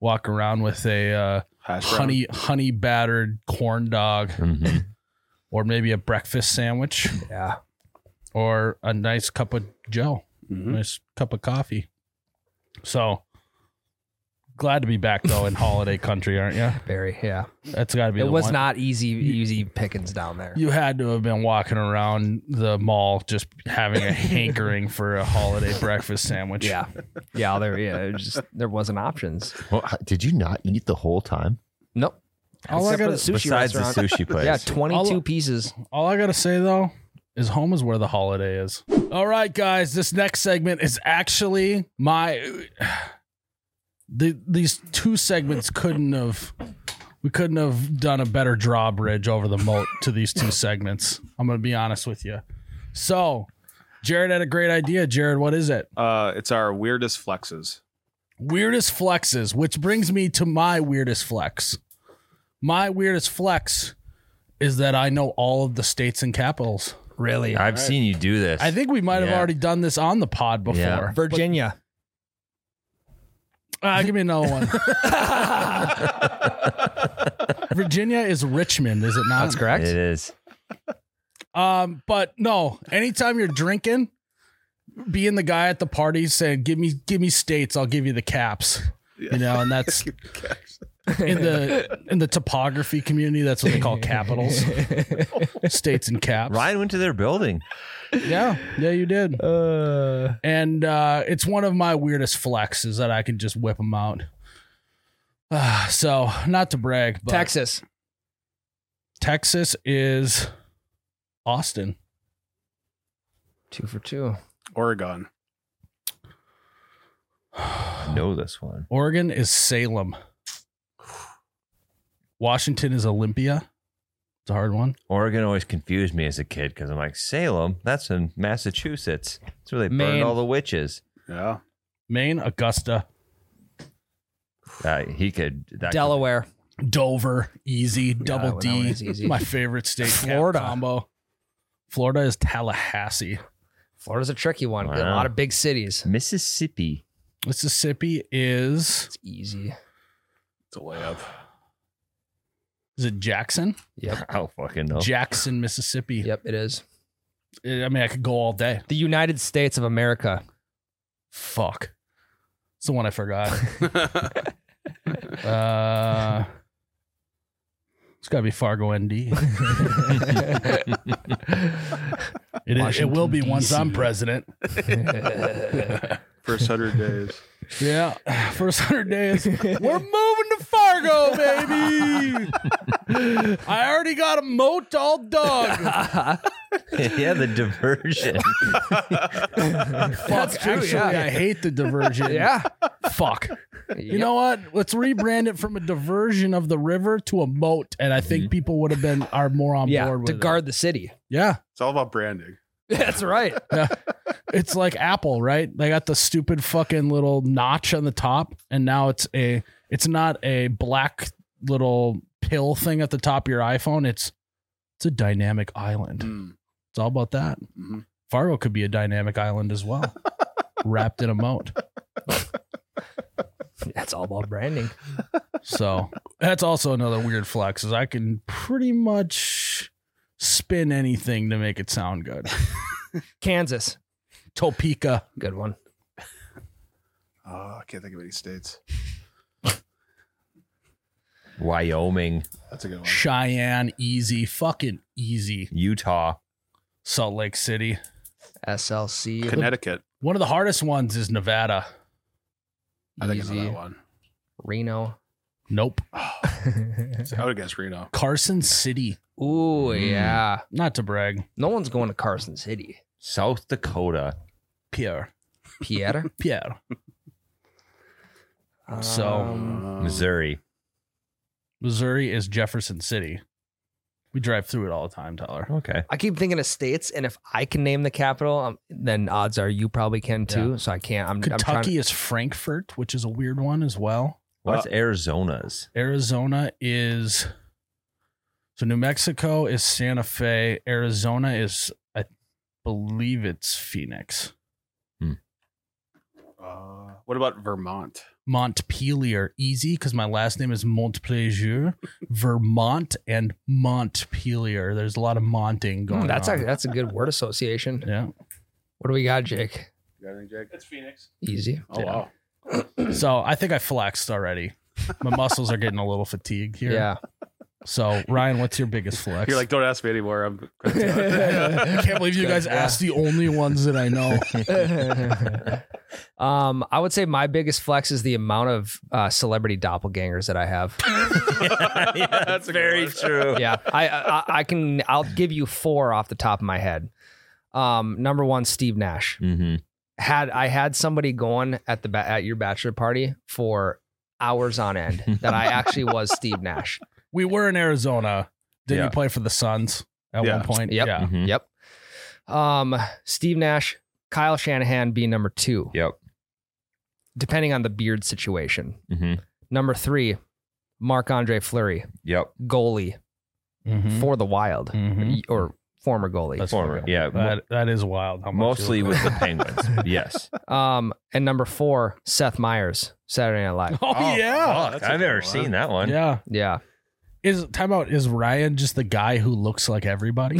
walk around with a uh, Hash brown. honey honey battered corn dog Mhm. or maybe a breakfast sandwich Yeah. or a nice cup of Joe, Mhm. nice cup of coffee. So glad to be back though in holiday country, aren't you? Very. Yeah. That's got to be. It the was one. not easy easy pickings down there. You had to have been walking around the mall just having a hankering for a holiday breakfast sandwich. Yeah. Yeah, there yeah, it was just there wasn't options. Well, h- did you not eat the whole time? Nope. All I Except for gotta- the sushi Besides restaurant. the sushi place. Yeah, 22 All- pieces. All I got to say though is home is where the holiday is. All right, guys, this next segment is actually my the, these two segments couldn't have we couldn't have done a better drawbridge over the moat to these two segments. I'm going to be honest with you. So, Jared had a great idea. Jared, what is it? Uh, it's our weirdest flexes. weirdest flexes, which brings me to my weirdest flex. My weirdest flex is that I know all of the states and capitals. Really? I've seen you do this. I think we might have Yeah. already done this on the pod before. Yeah. Virginia. Ah, give me another one. Virginia is Richmond, is it not? That's correct. it is. Um, but no, anytime you're drinking, being the guy at the party saying, "Give me, give me states, I'll give you the caps," you know, and that's in the in the topography community. That's what they call capitals, states, and caps. Ryan went to their building. Yeah, yeah, you did. Uh, And uh, it's one of my weirdest flexes that I can just whip them out. Ah, so not to brag, but Texas. Texas is Austin. Two for two. Oregon. I know this one. Oregon is Salem. Washington is Olympia. It's a hard one. Oregon always confused me as a kid because I'm like, Salem, that's in Massachusetts. That's where they Maine. burned all the witches. Yeah. Maine, Augusta, Uh, he could. That could- Delaware. Dover, easy, double that one D. is easy. My favorite state. cap Florida. combo. Florida is Tallahassee. Florida's a tricky one. A Wow. lot of big cities. Mississippi. Mississippi is It's easy. It's a layup. is it Jackson? Yep. I don't Oh, fucking know. Jackson, Mississippi. Yep, it is. I mean, I could go all day. The United States of America. Fuck. It's the one I forgot. uh, it's got to be Fargo, ND. It, is, it will be Washington, once DC. I'm president. First hundred days. Yeah. First 100 days. We're moving to Fargo, baby. I already got a moat all dug. yeah, the diversion. Fuck. Actually, yeah. I hate the diversion. yeah. Fuck. You Yep. know what? Let's rebrand it from a diversion of the river to a moat, and I think people would have been are more on yeah, board with to it. guard the city. Yeah, It's all about branding. That's right. it's like Apple, right? They got the stupid fucking little notch on the top, and now it's a it's not a black little pill thing at the top of your iPhone. It's it's a dynamic island. Hmm. Mm. It's all about that. Mm-hmm. Mhm. Fargo could be a dynamic island as well, wrapped in a moat. That's all about branding. So that's also another weird flex is I can pretty much spin anything to make it sound good. Kansas. Topeka. Good one. Oh, I can't think of any states. Wyoming, That's a good one. Cheyenne, easy, fucking easy. Utah. Salt Lake City. SLC. Connecticut. One of the hardest ones is Nevada. I think I know Easy. that one. Reno. Nope. I would guess Reno. Carson City. Ooh, Mm. yeah. Not to brag. No one's going to Carson City. South Dakota. Pierre. Pierre. Pierre. So- Um, Missouri. Missouri is Jefferson City. We drive through it all the time, Tyler. uh, Okay. I keep thinking of states, and if I can name the capital, um, then odds are you probably can too. So I can't. I'm, I'm trying Kentucky is Frankfurt, which is a weird one as well. What's Arizona's? Arizona is so New Mexico is Santa Fe. Arizona is I believe it's Phoenix. uh, what about Vermont? Montpelier, easy because my last name is Montplaisir, Vermont, and Montpelier. There's a lot of monting Hmm, going that's on. a that's a good word association. yeah. What do we got, Jake? You got anything, Jake? That's Phoenix. Easy. Oh Yeah. wow. So I think I flexed already. My muscles are getting a little fatigued here. Yeah. So Ryan, what's your biggest flex? You're like, don't ask me anymore. I'm. I can't believe you guys Yeah. asked the only ones that I know. um, I would say my biggest flex is the amount of uh, celebrity doppelgangers that I have. That's a good one. true. yeah, I, I I can I'll give you four off the top of my head. Um, number one, Steve Nash. Mm-hmm. had I had somebody going at the ba- at your bachelor party for hours on end that I actually was Steve Nash. We were in Arizona. Did you Yeah. play for the Suns at Yeah. one point? Yep. Yeah. Mhm. Yep. Um, Steve Nash, Kyle Shanahan being number two, Yep. depending on the beard situation. hmm Number three, Marc Andre Fleury, Yep. goalie Mhm. for the Wild Mhm. Mm-hmm. or former goalie. That's Former. wild. Yeah. That, that is wild. how much Mostly you- with the Penguins. yes. Oh, Um, and number four, Seth Meyers, Saturday Night Live. Oh, yeah. fuck, that's a I've good never one. seen that one. Yeah. Yeah. Is time out. Is Ryan just the guy who looks like everybody?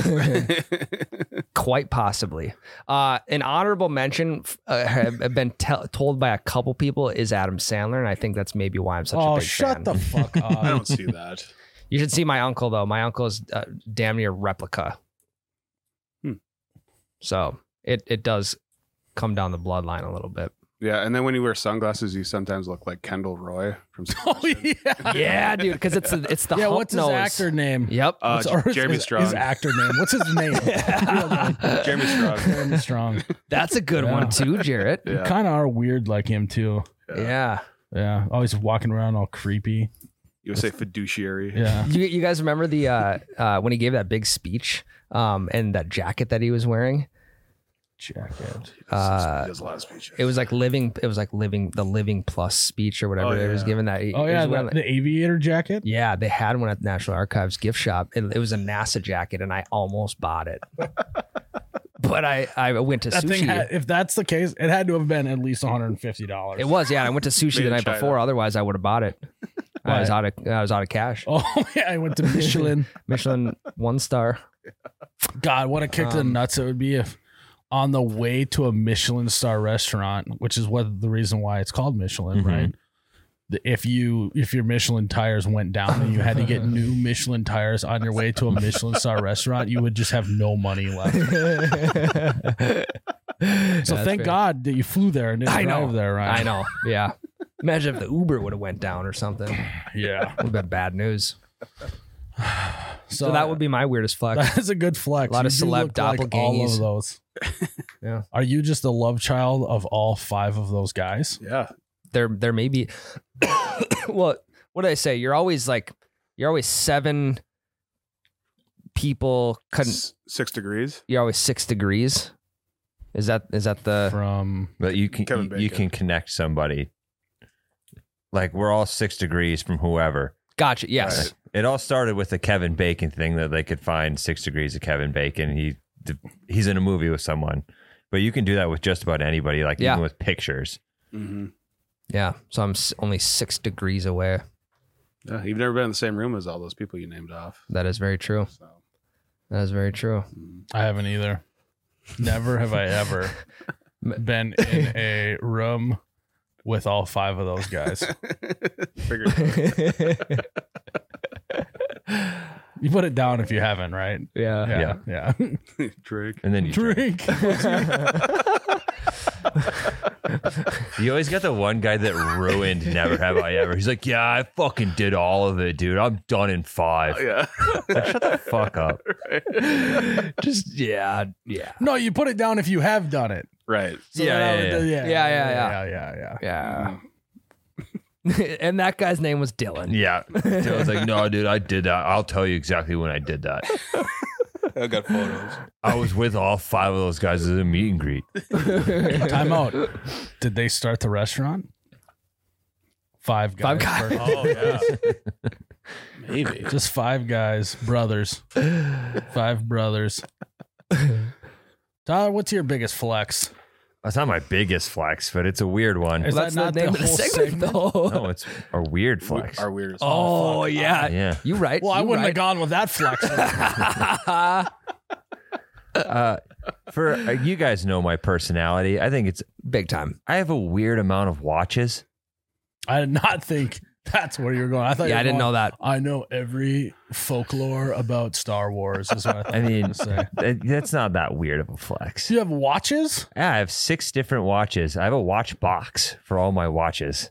Quite possibly. Uh, an honorable mention f- uh, have have been te- told by a couple people is Adam Sandler, and I think that's maybe why I'm such a oh, big shut fan. the fuck I up. don't see that. you should see my uncle though. My uncle is uh, damn near replica. Hmm. So it it does come down the bloodline a little bit. Yeah, and then when you wear sunglasses, you sometimes look like Kendall Roy from. oh, yeah. Yeah, dude, because it's the, it's the yeah, hump what's his nose. actor name? Yep. Uh, What's- or his- Jeremy his- Strong. His actor name. What's his name? Real name. Jeremy Strong. Jeremy Strong. That's a good Yeah. one too, Jarrett. Yeah. Kind of are weird like him too. Yeah. Yeah. Yeah, always walking around all creepy. You would say fiduciary. Yeah. You, you guys remember the uh, uh, when he gave that big speech um, and that jacket that he was wearing? Jacket. Uh, he does a lot of speeches. It was like living. It was like living the living plus speech or whatever Oh, they was yeah. giving that. He- Oh he yeah, was wearing the, like- the aviator jacket. yeah, they had one at the National Archives gift shop. It, it was a NASA jacket, and I almost bought it, but I I went to That sushi. thing, had, if that's the case, it had to have been at least one hundred and fifty dollars. it was yeah. I went to sushi the Made in night China. before. Otherwise, I would have bought it. I was out of I was out of cash. Oh yeah, I went to Michelin. Michelin one star. God, what a kick to the Um, nuts it would be if on the way to a Michelin star restaurant, which is what the reason why it's called Michelin, Mhm. Mm-hmm. right? The- If you if your Michelin tires went down and you had to get new Michelin tires on your way to a Michelin star restaurant, you would just have no money left. So thank God that you flew there and didn't I know. drive there, right? I know. Yeah. Imagine if the Uber would have went down or something. Would Yeah. have been bad news. So, So, that would be my weirdest flex. that's a good flex. A lot of do celeb look like all of doppelgangers. those. Yeah. Are you just the love child of all five of those guys? yeah. there there may be well, what did I say? You're always like you're always seven people couldn't S- six degrees. you're always six degrees. Is that is that the From But you can Kevin you- you Bacon. can connect somebody. Like we're all six degrees from whoever. gotcha, yes. It all started with the Kevin Bacon thing that they could find six degrees of Kevin Bacon. He he's in a movie with someone, but you can do that with just about anybody. Like Yeah. even with pictures. Mm-hmm. Yeah. So I'm s- only six degrees away. Yeah, you've never been in the same room as all those people you named off. That is very true. So, That is very true. mm. I haven't either. Never have I ever been in a room with all five of those guys. Figured- You put it down if you haven't, right? yeah. Yeah. Yeah. Drake. And then you drink. Drink. You always got the one guy that ruined Never Have I Ever. He's like, Yeah, I fucking did all of it, dude. I'm done in five. Yeah. Like, shut the fuck up. Just yeah, yeah. no, you put it down if you have done it. Right. Yeah, then I yeah, would- yeah. Yeah, yeah, yeah, yeah, yeah. Yeah. Mm. and that guy's name was Dylan. Yeah. So I was like, No, dude, I did that. I'll tell you exactly when I did that. I got photos. I was with all five of those guys at a meet and greet. Time out. Did they start the restaurant? Five guys. Five guys. first. Oh yeah. Maybe. Just five guys, brothers. Five brothers. Tyler, what's your biggest flex? That's not my biggest flex, but it's a weird one. Is That's that not not the name the of the whole segment, segment? though. No, it's a weird We- flex. Our weirdest. oh yeah. Yeah. You right. Well, I you wouldn't have right. gone with that flex. Uh, for uh, you guys know my personality. I think it's Big time. I have a weird amount of watches. I did not think that's where you were going. I thought Yeah, I didn't know that. I know every folklore about Star Wars. Is what I, thought I you were mean, gonna say. that- that's not that weird of a flex. do you have watches? Yeah, I have six different watches. I have a watch box for all my watches.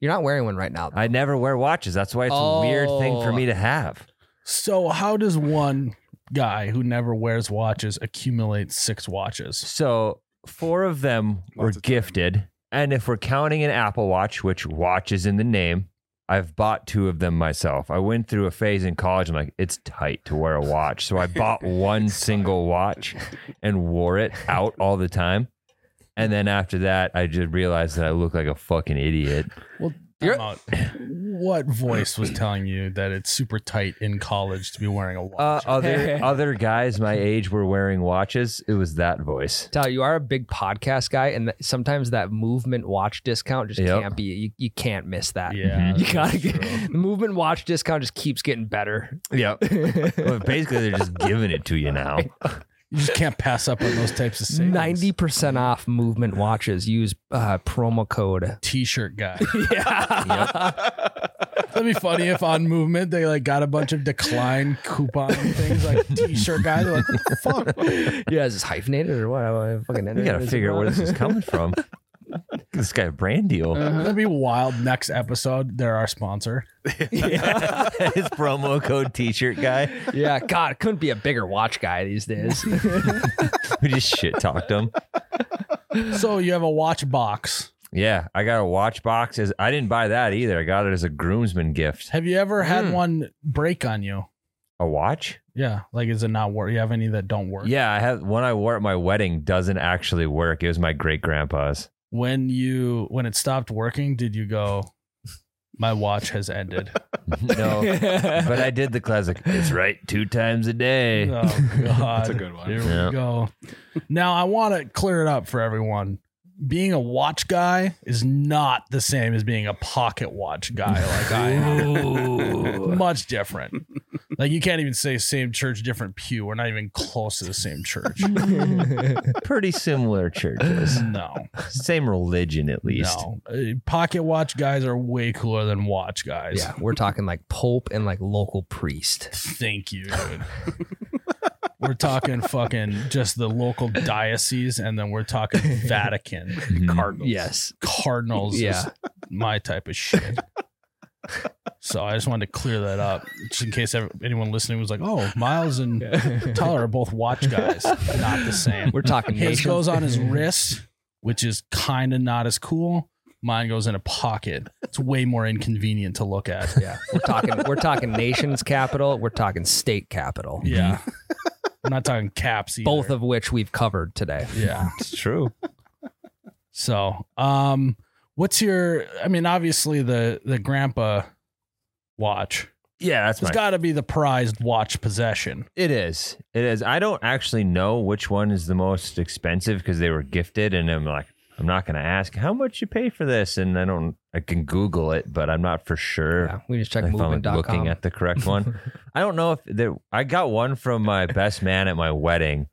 You're not wearing one right now. I never wear watches. That's why it's a weird thing for Oh. me to have. So how does one guy who never wears watches accumulate six watches? So four of them were Lots of time. gifted. And if we're counting an Apple Watch, which watch is in the name, I've bought two of them myself. I went through a phase in college. I'm like, it's tight to wear a watch. So I bought one single watch and wore it out all the time. And then after that, I just realized that I look like a fucking idiot. Well, You're- time out. what voice was telling you that it's super tight in college to be wearing a Uh, watch? other other guys my age were wearing watches. It was that voice. Tell you are a big podcast guy, and th- sometimes that movement watch discount just Yep. can't be. You, you can't miss that. yeah, You gotta get the movement watch discount just keeps getting better. Yep. basically, they're just giving it to you now. You just can't pass up on those types of savings. Ninety percent off movement watches. Use uh, promo code. t-shirt guy. Yeah. That'd be funny if on movement they like got a bunch of decline coupon things like t-shirt guy. They're like, what the fuck? yeah. Is this hyphenated or what? I fucking We got to figure out where this is coming from. Give this guy a brand deal. Uh-huh. That'd be wild. Next episode, they're our sponsor. His promo code T-shirt guy. Yeah. God, couldn't be a bigger watch guy these days. We just shit talked him. So you have a watch box. Yeah, I got a watch box. As I didn't buy that either. I got it as a groomsman gift. Have you ever had Hmm. one break on you? A watch? Yeah. Like, is it not work? You have any that don't work? Yeah, I have one I wore at my wedding. Doesn't actually work. It was my great grandpa's. When you when it stopped working, did you go? My watch has ended. no, but I did the classic. It's right two times a day. Oh God. That's a good one. Here Yeah. we go. Now I want to clear it up for everyone. Being a watch guy is not the same as being a pocket watch guy like I am. Much different. Like you can't even say same church, different pew. We're not even close to the same church. Pretty similar churches. No, Same religion at least. no. Uh, Pocket watch guys are way cooler than watch guys. yeah. We're talking like Pope and like local priest. Thank you, dude. we're talking fucking just the local diocese, and then we're talking Vatican. Cardinals. Yes. Cardinals is Yeah. my type of shit. so I just wanted to clear that up, just in case ever- anyone listening was like, "Oh, Miles and Tyler are both watch guys, not the same." We're talking. His nations- goes on his wrist, which is kind of not as cool. Mine goes in a pocket. It's way more inconvenient to look at. Yeah. We're talking. We're talking nation's capital. We're talking state capital. Yeah, I'm not talking caps. Either. Both of which we've covered today. yeah. It's true. So, um, what's your? I mean, obviously the the grandpa watch. Yeah, that's It's my got to be the prized watch possession. It is. It is. I don't actually know which one is the most expensive because they were gifted, and I'm like, I'm not going to ask how much you pay for this, and I don't. I can Google it, but I'm not for sure. Yeah. We just check if I'm movement.com. looking at the correct one. I don't know if there, I got one from my best man at my wedding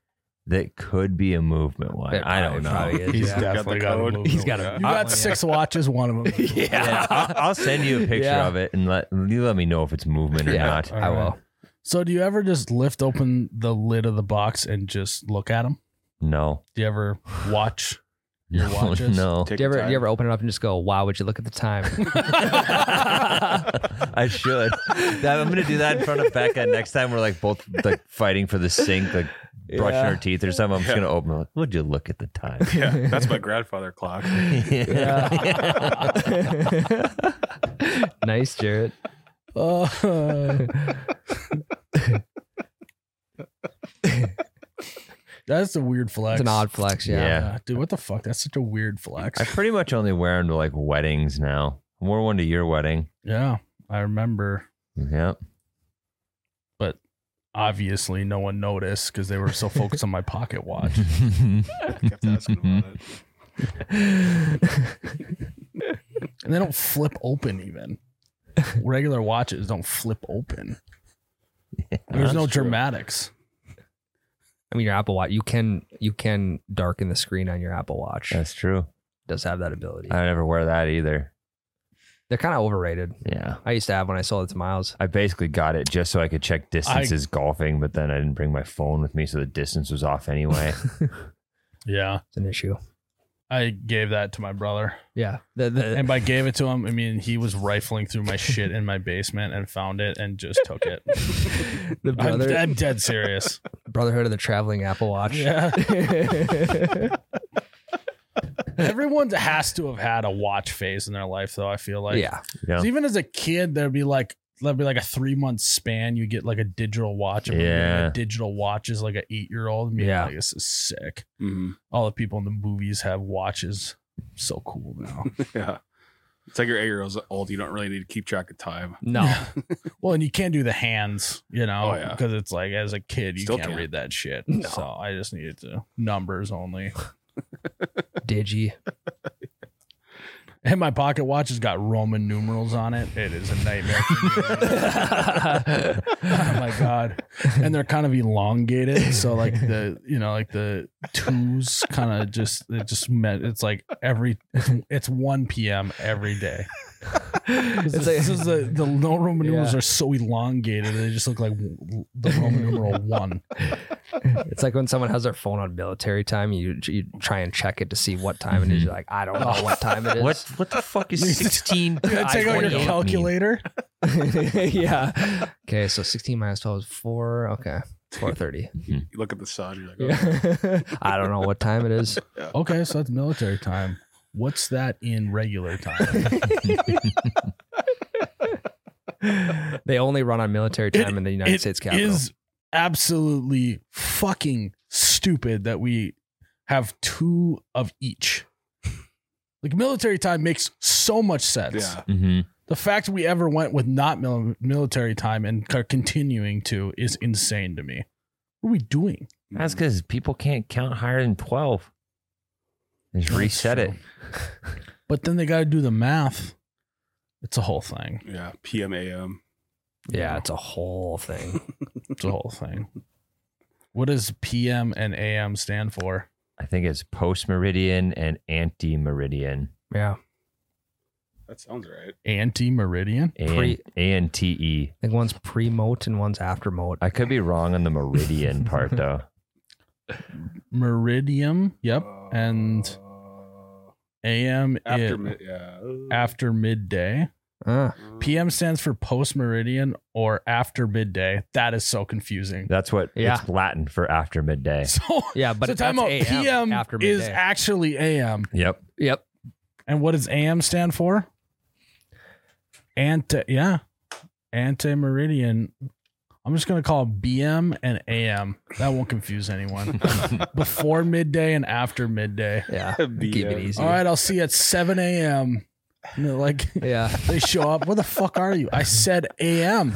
that could be a movement one. It I don't know. probably is, He's yeah. definitely got the got, code. a He's got a- You got Yeah. six watches. One of them. Yeah, I'll, I'll send you a picture Yeah. of it and let you let me know if it's movement or Yeah. not. I will. So, do you ever just lift open the lid of the box and just look at them? No, Do you ever watch? Your no, watches? no. Take Do you your ever, do time. you ever open it up and just go, wow, would you look at the time? Uh, I should. That- I'm gonna do that in front of Becca next time. We're like both like fighting for the sink, like brushing Yeah. our teeth or something. I'm just gonna open. it, Like, would you look at the time? Yeah, that's my grandfather clock. nice, Jarrett. Uh, that's a weird flex. It's an odd flex, yeah. Yeah. Yeah, dude, what the fuck? That's such a weird flex. I pretty much only wear them to like weddings now. I wore one to your wedding. yeah, I remember. Yep. Obviously, no one noticed because they were so focused on my pocket watch. Kept asking about it. And they don't flip open even. Regular watches don't flip open. There's no dramatics. I mean, your Apple Watch, you can you can darken the screen on your Apple Watch. That's true. does have that ability. I never wear that either. They're kind of overrated. Yeah. I used to have when I sold it to Miles. I basically got it just so I could check distances golfing, but then I didn't bring my phone with me, so the distance was off anyway. Yeah. It's an issue. I gave that to my brother. Yeah. The, the, And by gave it to him, I mean he was rifling through my shit in my basement and found it and just took it. the I'm, brother, I'm dead serious. Brotherhood of the Traveling Apple Watch. Yeah. Everyone has to have had a watch phase in their life, though, I feel like. yeah. 'Cause Even as a kid, there'd be like there'd be like a three month span. You get like a digital watch. and Yeah. A digital watch is like an eight year old. Yeah. Yeah. Like, this is sick. Mhm. All the people in the movies have watches. So cool now. Yeah. It's like your eight year old's old. You don't really need to keep track of time. No. well, and you can't do the hands, you know, Oh, yeah. because it's like as a kid you Still can't can't. read that shit. No. So I just needed to numbers only. Digi. And my pocket watch has got Roman numerals on it. It is a nightmare. For me. oh my god! And they're kind of elongated, so like the you know like the twos kind of just it just meant it's like every it's, it's one p.m. every day. It's It's this like- is the the Roman numerals Yeah. are so elongated they just look like the Roman numeral one. It's like when someone has their phone on military time, you you try and check it to see what time Mm-hmm. it is. You're like, I don't know what time it is. What what the fuck is sixteen? You gotta take out your I-28 mean. calculator. yeah. Okay, so 16 minus 12 is 4. Okay. 4:30. You look at the sun, you're like, oh, Yeah. I don't know what time it is. Okay, so that's military time. What's that in regular time? They only run on military time in the United It States Capitol. is absolutely fucking stupid that we have two of each. Like military time makes so much sense. oh, yeah. hmm The fact we ever went with not mil- military time and are continuing to is insane to me. What are we doing? That's because people can't count higher than twelve. They Just That's reset it. true. But then they got to do the math. It's a whole thing. Mm-hmm. Yeah. PM AM. yeah, it's a whole thing. It's a whole thing. What does PM and AM stand for? I think it's post meridian and anti meridian. Yeah. That sounds right. Anti meridian? A Pre- N T E. I think one's pre-mote and one's after mote. I could be wrong on the meridian part though. Meridium. Yep. And Uh, AM after, is- mid- yeah. Mm-hmm. after midday. Uh, PM stands for post meridian or after midday. That is so confusing. That's what Yeah. it's Latin for after midday. So, yeah, but so it's that's time out. AM PM after is midday. actually AM. Yep. yep. And what does AM stand for? Ante, yeah, ante meridian. I'm just gonna call it BM and AM. That won't confuse anyone. Before midday and after midday. Yeah. B- Keep it uh, easy. All right, I'll see you at 7 a.m. And they're like Yeah. they show up. Where the fuck are you? I said AM.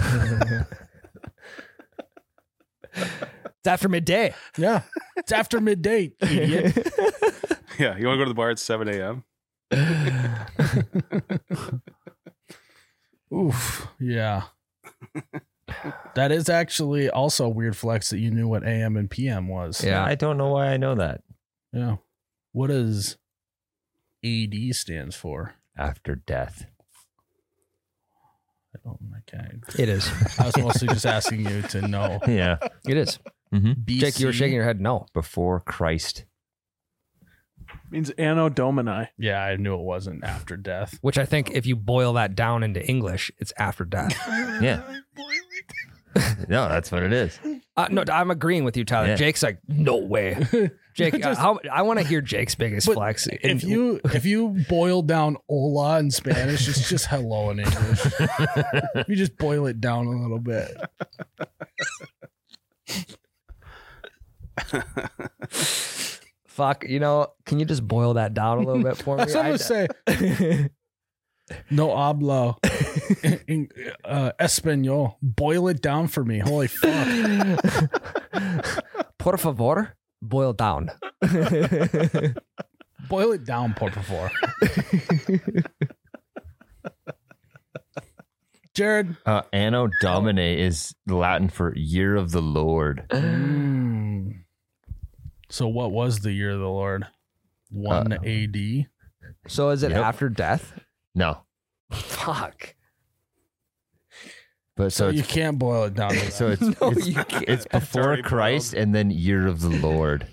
It's after midday. Yeah, it's after midday, idiot. Yeah. You want to go to the bar at 7 a.m.? Oof. Yeah. That is actually also a weird flex that you knew what AM and PM was. Yeah. I don't know why I know that. Yeah. What does AD stands for? After death. I don't okay. It is. I was mostly just asking you to know. Yeah. It is. BC, Jake, you were shaking your head. No. Before Christ. means Anno Domini. Yeah, I knew it wasn't after death. Which I think if you boil that down into English, it's after death. Yeah. No, that's what it is. Uh, no, I'm agreeing with you, Tyler. Yeah. Jake's like, no way. Jake, uh, how, I want to hear Jake's biggest But flex. If you if you boil down hola in Spanish, it's just hello in English. you just boil it down a little bit. fuck, you know, can you just boil that down a little bit for me? That's what I'm I- gonna say. no hablo in, uh, español. Boil it down for me. Holy fuck! Por favor, boil down. Boil it down, por favor. Jared, Uh, Anno Domine is Latin for year of the Lord. Mm. So what was the year of the Lord? Uh, One AD. So is it Yep. after death? No. Fuck. But so, So you it's, can't boil it down. To that. so it's, No, it's, you can't. it's before already Christ and then year of the Lord.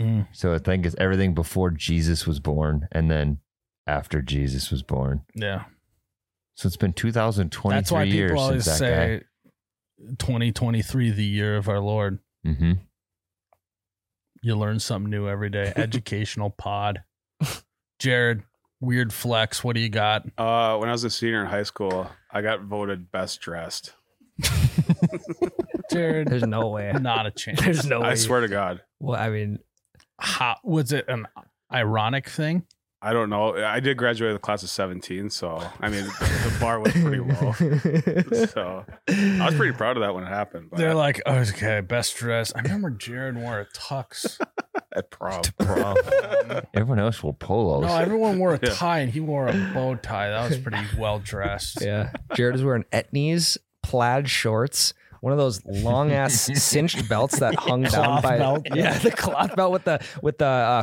Mm. So I think it's everything before Jesus was born and then after Jesus was born. yeah, So it's been 2023 that's why years people always since say that 2023, the year of our Lord. guy. Mm-hmm. You learn something new every day. Educational pod. Jared, weird flex. What do you got? Uh, when I was a senior in high school, I got voted best dressed. Jared, There's no way. not a chance. There's no way. I swear to God. Well, I mean, How, was it an ironic thing? I don't know. I did graduate with a class of 17, so I mean, the, the bar was pretty low. So I was pretty proud of that when it happened. But They're like, oh, okay, best dress. I remember Jared wore a tux. at prom. Prom. Everyone else will Oh, polos. No, everyone wore a Yeah. tie, and he wore a bow tie. That was pretty well dressed. Yeah. Jared is wearing etnies, plaid shorts, one of those long ass cinched belts that hung down Cloth by belt. yeah, the cloth belt with the with the uh,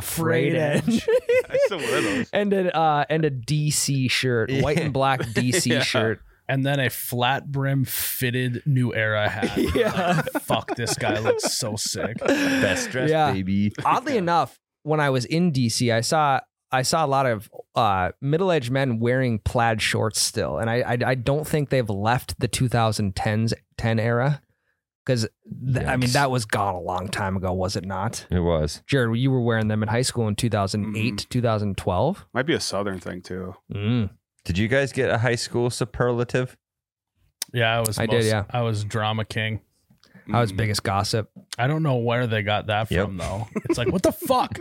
Frayed frayed edge. I still wear those. and a uh, and a DC shirt, white and black DC shirt. And then a flat brim fitted New Era hat. Yeah. Like, Fuck, this guy looks so sick. Best dressed Yeah. baby. Oddly enough, when I was in DC, I saw I saw a lot of uh, middle aged men wearing plaid shorts still, and I, I I don't think they've left the 2010s 10 era because I mean Yikes. that was gone a long time ago, was it not? It was. Jared, you were wearing them in high school in 2008, 2012. Might be a southern thing too. Mm. Did you guys get a high school superlative? Yeah, I was. I did, most- yeah. I was drama king. I was biggest gossip. I don't know where they got that Yep. from though. It's like, what the fuck?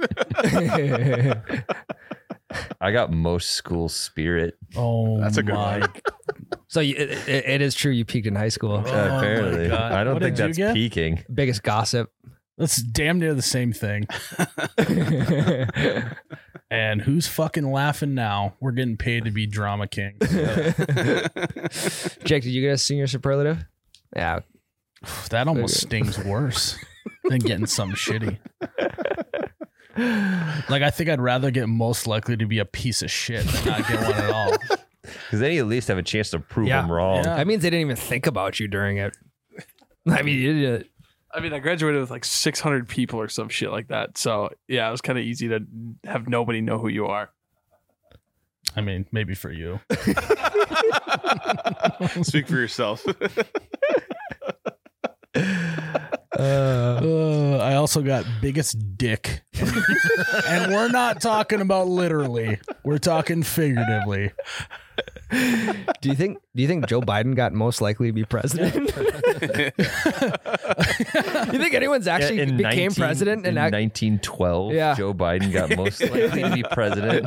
I got most school spirit. Oh, That's a good my. one. so you, it, it- it is true. You peaked in high school. Oh my apparently. God. I don't What think did you that's get? peaking. Biggest gossip. That's damn near the same thing. yeah, And who's fucking laughing now? We're getting paid to be drama king. Jake, did you get a senior superlative? Yeah. that almost stings worse than getting some shitty. Like I think I'd rather get most likely to be a piece of shit than not get one at all. Because then you at least have a chance to prove Yeah. them wrong. Yeah. That means they didn't even think about you during it. I mean, you did I mean, I graduated with like 600 people or some shit like that. So yeah, it was kind of easy to have nobody know who you are. I mean, maybe for you. Speak for yourself. Uh, I also got biggest dick. and we're not talking about literally. We're talking figuratively. do you think do you think Joe Biden got most likely to be president? you think anyone's Yeah, actually in became 19 president in and act- 1912, Yeah. Joe Biden got most likely to be president.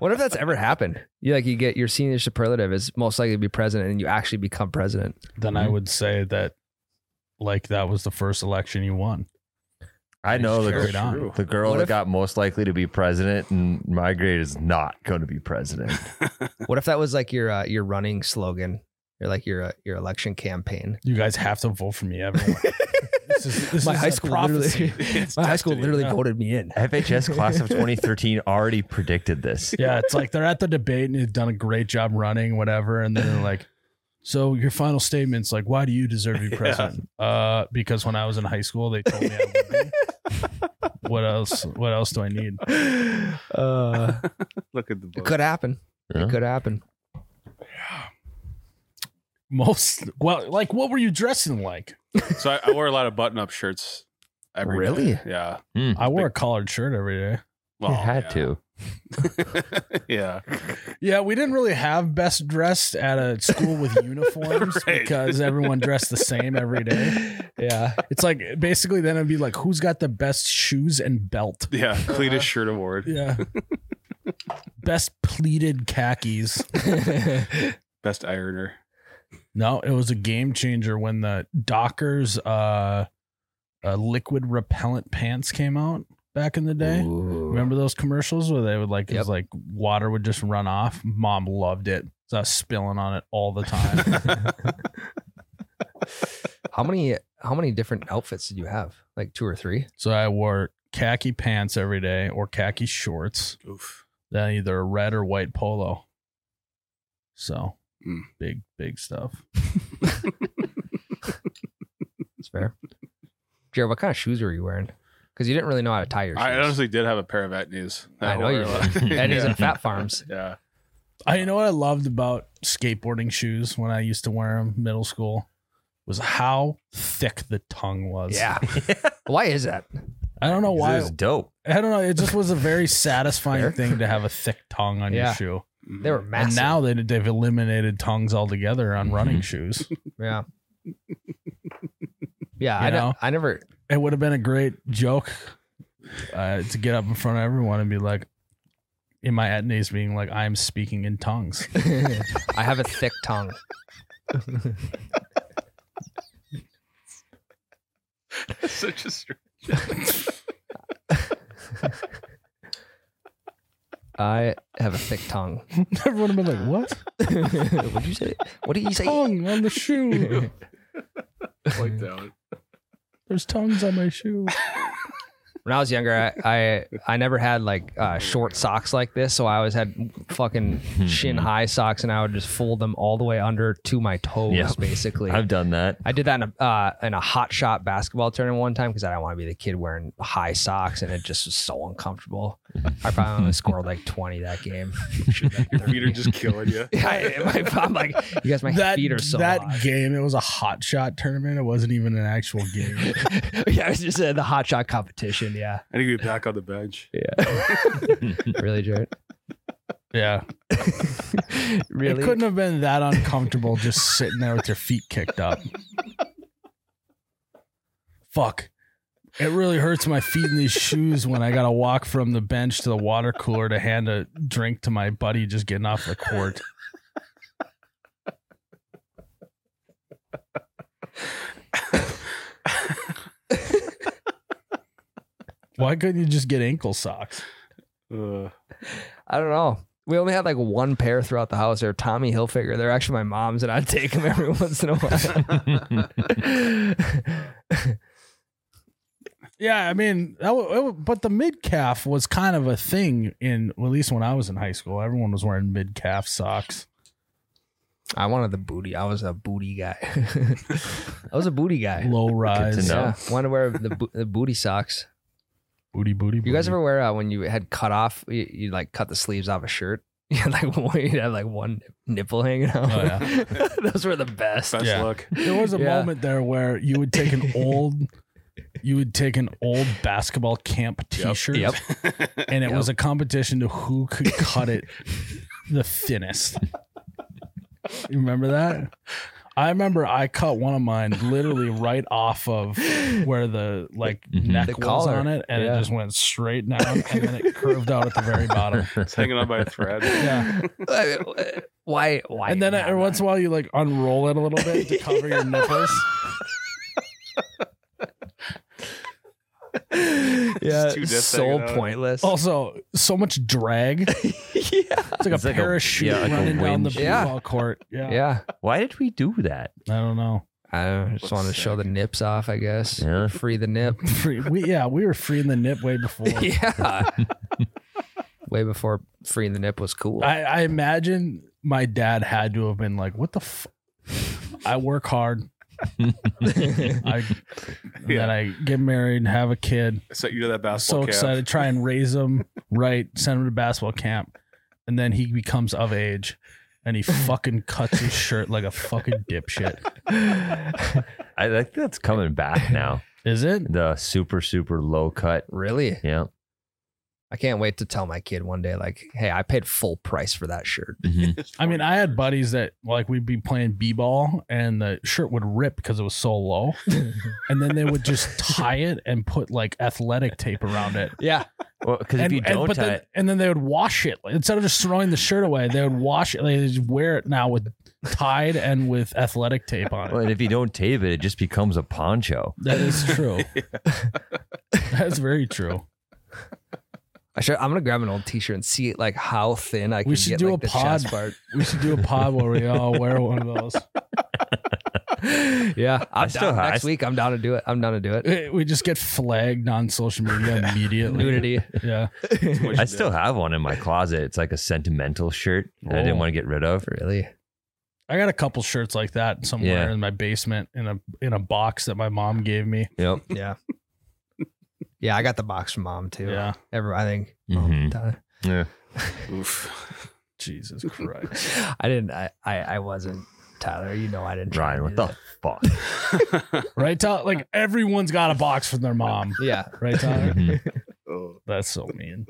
What if that's ever happened? You like you get your senior superlative is most likely to be president, and you actually become president. Then I would say that like that was the first election you won. I know the, Carried girl- on. the girl What that if- got most likely to be president, and my grade is not going to be president. What if that was like your uh, your running slogan, or like your uh, your election campaign? You guys have to vote for me, everyone. This is, this my is high a school prophecy. literally, my high school literally yeah. voted me in. FHS class of 2013 already predicted this. Yeah, it's like they're at the debate and you've done a great job running, whatever. And then they're like, so your final statement's like, why do you deserve to be president? Uh, because when I was in high school, they told me I would be. what else? What else do I need? Uh, Look at the it book. could happen. Yeah. It could happen. Most well, like what were you dressing like? So I, I wore a lot of button-up shirts. Every day. Really? Yeah. I wore a collared shirt every day. Oh, You had to. to. Yeah. Yeah, we didn't really have best dressed at a school with uniforms Right. because everyone dressed the same every day. Yeah, It's like basically then it'd be like who's got the best shoes and belt. Yeah. Cleanest shirt award. Yeah. best pleated khakis. Best ironer. No, it was a game changer when the Dockers uh, uh liquid repellent pants came out back in the day. Remember those commercials where they would like it was Yep. like water would just run off? Mom loved it. So I was spilling on it all the time. how many how many different outfits did you have? Like two or three? so I wore khaki pants every day or khaki shorts. Oof. Then either a red or white polo. So Hmm. Mm. big, big stuff. That's fair. Jared, what kind of shoes were you wearing? Because you didn't really know how to tie your shoes. I honestly did have a pair of etnies. I that know wore you a lot. did. Eddie's yeah. and Fat Farms. yeah. I you know what I loved about skateboarding shoes when I used to wear them middle school was how thick the tongue was. Yeah. Why is that? I don't know Why? why. It was dope. I don't know. It just was a very satisfying Fair. thing to have a thick tongue on Yeah. your shoe. They were massive. Mm-hmm. And now they they've eliminated tongues altogether on running shoes. yeah. Yeah, You I, ne- know? I never. It would have been a great joke uh, to get up in front of everyone and be like, in my etnays being like, I am speaking in tongues. I have a thick tongue. Such a str- I have a thick tongue. Everyone would have been like, what? What'd you say? What did you say? Tongue on the shoe. like that. one. There's tongues on my shoe. When I was younger, I I, I never had like uh, short socks like this, so I always had fucking shin high socks, and I would just fold them all the way under to my toes, Yeah. basically. I've done that. I did that in a uh, in a hot shot basketball tournament one time because I didn't want to be the kid wearing high socks, and it just was so uncomfortable. I probably only scored like twenty that game. Your feet are just killing you. I, my, I'm like, you guys, my feet are so that hot. game, it was a hot shot tournament. It wasn't even an actual game. yeah, it was just uh, the hot shot competition. Yeah, I need to be back on the bench. really, Jared. yeah. really, It couldn't have been that uncomfortable just sitting there with your feet kicked up. Fuck. It really hurts my feet in these shoes when I gotta walk from the bench to the water cooler to hand a drink to my buddy just getting off the court. Why couldn't you just get ankle socks? Ugh. I don't know. We only had like one pair throughout the house. They're Tommy Hilfiger. They're actually my mom's, and I'd take them every once in a while. Yeah, I mean, that w- it w- but the mid calf was kind of a thing in well, at least when I was in high school. Everyone was wearing mid calf socks. I wanted the booty. I was a booty guy. I was a booty guy. Low to rise, know. Yeah, wanted to wear the, bo- the booty socks. booty, booty. You guys booty. ever wear uh, when you had cut off? You, you like cut the sleeves off a shirt. You had like one, you'd have like one nipple hanging out. Oh, Those were the best. Best Yeah. look. There was a Yeah. moment there where you would take an old, you would take an old basketball camp T-shirt, Yep. and it Yep. was a competition to who could cut it the thinnest. You remember that? I remember I cut one of mine literally right off of where the like Mhm. neck The was collar. on it, and it Yeah. just went straight down, and then it curved out at the very bottom. It's hanging on by a thread. Yeah, why? Why? and then not? every once in a while you like unroll it a little bit to cover your nipples. yeah, two it's discs so hanging out. pointless. Also, so much drag. yeah. It's like It's a like a- parachute yeah, like a running down the wind Yeah. baseball court. Yeah. yeah. Why did we do that? I don't know. I don't know, just want to show the nips off, I guess. Yeah. Free the nip. Free, we, yeah, we were freeing the nip way before. yeah. Way before freeing the nip was cool. I, I imagine my dad had to have been like, "What the? F- I work hard. I and then I get married, and have a kid. So you know that so basketball camp. excited, try and raise him right, send him to basketball camp, and then he becomes of age." And he fucking cuts his shirt like a fucking dipshit. I think that's coming back now. Is it? The super super low cut. really? Yeah. I can't wait to tell my kid one day, like, hey, I paid full price for that shirt. Mhm. I mean, I had buddies that like we'd be playing b ball and the shirt would rip because it was so low, and then they would just tie it and put like athletic tape around it. Yeah. Well, because if And, you and- don't but tie then, it, and then they would wash it Like, instead of just throwing the shirt away. They would wash it. They just wear it now with tied and with athletic tape on it. well, and if you don't tape it, it just becomes a poncho. that is true. That's very true. I should, I'm going to grab an old t shirt and see like how thin I can We should get do like, a the pod. chest part. We should do a pod where we all wear one of those. yeah. I'm down. still have- I Next s- week, I'm down to do it. I'm down to do it. Eh, We just get flagged on social media immediately. Nudity. Yeah. I still have one in my closet. It's like a sentimental shirt that I Oh. didn't want to get rid of. really? I got a couple shirts like that somewhere Yeah. in my basement in a in a box that my mom gave me. Yep. Yeah. yeah. I got the box from mom too. Yeah. Every, I think. oh, Mhm. Done. Yeah. Oof. Jesus Christ. I didn't. I, I, I wasn't. Tyler, you know I didn't. try Ryan, and what do the fuck? right, Tyler? Like everyone's got a box from their mom. that. Yeah, Right, Tyler? Mhm. That's so mean.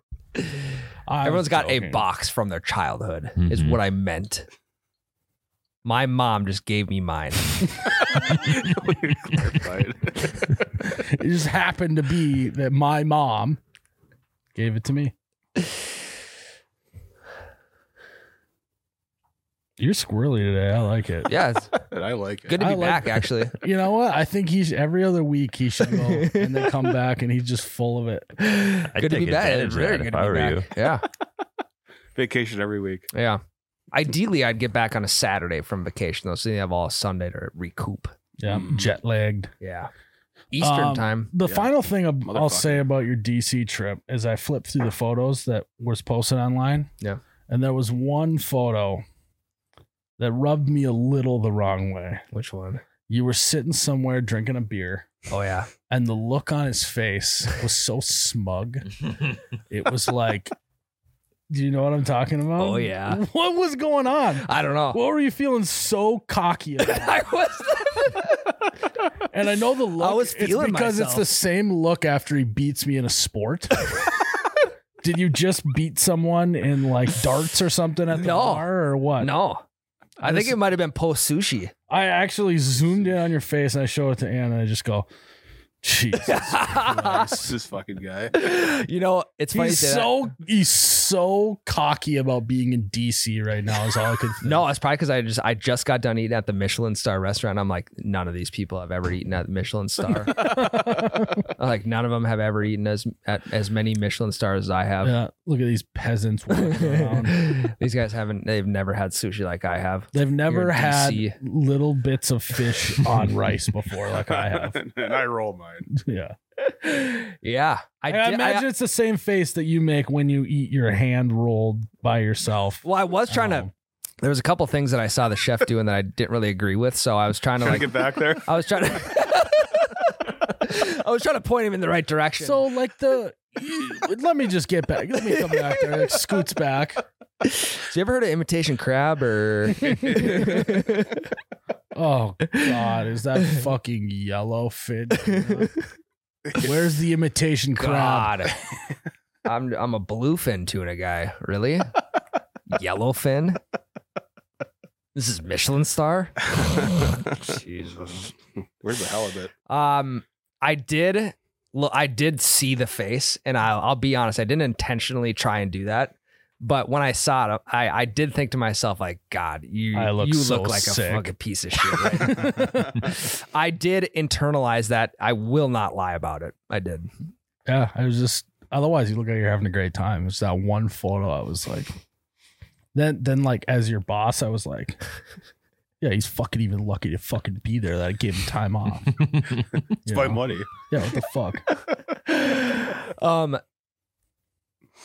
I everyone's was got a joking. box from their childhood. Is Mhm. what I meant. My mom just gave me mine. It just happened to be that my mom gave it to me. You're squirrely today. I like it. Yeah, it's And I like it. good to I be like back. Actually, You know what? I think he's every other week he should go and then come back and he's just full of it. I'd good to be take back. advantage It's of very that good if I to be were back. Yeah, Vacation every week. yeah. Ideally, I'd get back on a Saturday from vacation though, so you have all Sunday to recoup. Yeah, I'm jet lagged. Yeah, Eastern Um, time. The Yeah. final thing I'll- I'll Motherfucker. say about your DC trip is I flipped through the photos that was posted online. Yeah. And there was one photo that rubbed me a little the wrong way. Which one? You were sitting somewhere drinking a beer, Oh yeah, and the look on his face was so smug. you. It was like, do you know what I'm talking about? Oh, yeah. Oh. What was going on? I don't know. What were you feeling so cocky about? I was. And I know the look. I was feeling it's because myself. it's the same look after he beats me in a sport. Did you just beat someone in like darts or something at the No. bar or what? no, I think it might have been post sushi. I actually zoomed in on your face and I show it to Anna and I just go, Jesus. It's this fucking guy. you know, it's funny. you he's say that. so he's so cocky about being in DC right now. Is all I could. Think. No, it's probably because I just I just got done eating at the Michelin star restaurant. I'm like, none of these people have ever eaten at Michelin star. I'm like none of them have ever eaten as at as many Michelin stars as I have. Yeah, look at these peasants walking around. these guys haven't. They've never had sushi like I have. They've never You're had DC. little bits of fish on rice before, like I have. and I roll mine. Yeah. Yeah, I, I, did, imagine I, it's the same face that you make when you eat your hand rolled by yourself. well, I was trying to. Um, There was a couple things that I saw the chef doing that I didn't really agree with, so I was trying to Trying like to get back there. I was trying to. I was trying to point him in the right direction. So, like the. let me just get back. Let me come back there. It scoots back. you ever heard of imitation crab or? Oh God, is that fucking yellow fin? Where's the imitation crab? God. I'm I'm a bluefin tuna guy. Really? Yellowfin? This is Michelin star? Jesus. Where's the halibut? Um I did look I did see the face and I will I'll be honest, I didn't intentionally try and do that. But when I saw it, I, I did think to myself, like, God, you I look you so look like sick." a fucking piece of shit. right now. I did internalize that. I will not lie about it. I did. Yeah, I was just. Otherwise, you look like you're having a great time. It's that one photo. I was like, then, then, like as your boss, I was like, yeah, he's fucking even lucky to fucking be there. That I gave him time off. It's You my know? money. Yeah, what the fuck? um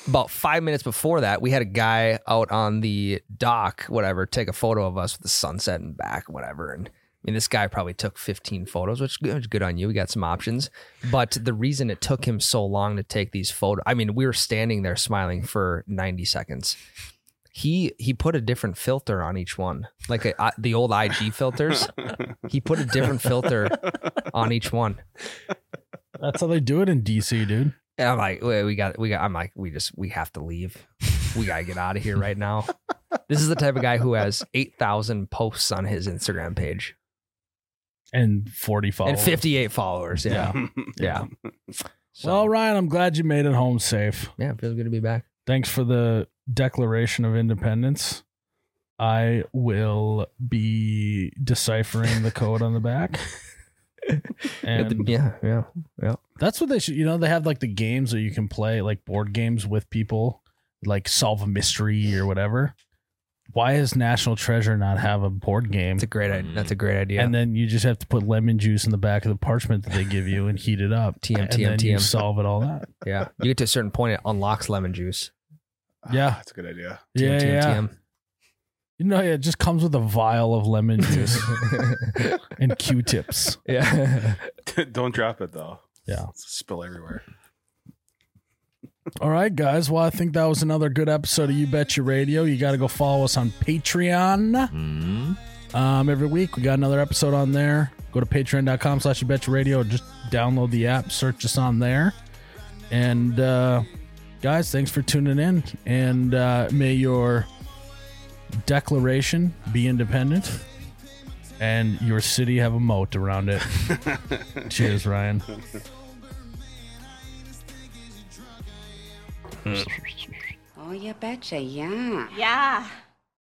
about five minutes before that, we had a guy out on the dock, whatever, take a photo of us with the sunset and back, whatever. And I mean, this guy probably took 15 photos, which is good- which is good on you. We got some options. But the reason it took him so long to take these photos, I mean, we were standing there smiling for 90 seconds. He he put a different filter on each one, like a, I- the old IG filters. he put a different filter on each one. That's how they do it in DC, dude. And I'm like, wait, we got, we got. I'm like, we just, we have to leave. We gotta get out of here right now. This is the type of guy who has eight thousand posts on his Instagram page And forty and followers. fifty-eight followers. Yeah, Ah, yeah. So, Well, Ryan, I'm glad you made it home safe. yeah, feels good to be back. Thanks for the Declaration of Independence. I will be deciphering the code on the back. And yeah, yeah. That's what they should. You know, they have like the games that you can play, like board games with people, like solve a mystery or whatever. Why is National Treasure not have a board game? It's a great. i- That's a great idea. And then you just have to put lemon juice in the back of the parchment that they give you and heat it up. TM, and TM, then you TM. solve it all that. yeah, you get to a certain point, it unlocks lemon juice. Yeah. That's a good idea. TM, yeah, TM, yeah. TM. You know, yeah, it just comes with a vial of lemon juice and Q-tips. yeah. Don't drop it though. Yeah. Spill everywhere. All right, guys. Well, I think that was another good episode of You Bet Your Radio. You got to go follow us on Patreon. Mm. um, every week. We got another episode on there. Go to patreon.com slash you betcha radio. Just download the app, search us on there. And uh, guys, thanks for tuning in. And uh, may your declaration be independent and your city have a moat around it. Cheers, Ryan. Oh, you betcha, yeah. Yeah.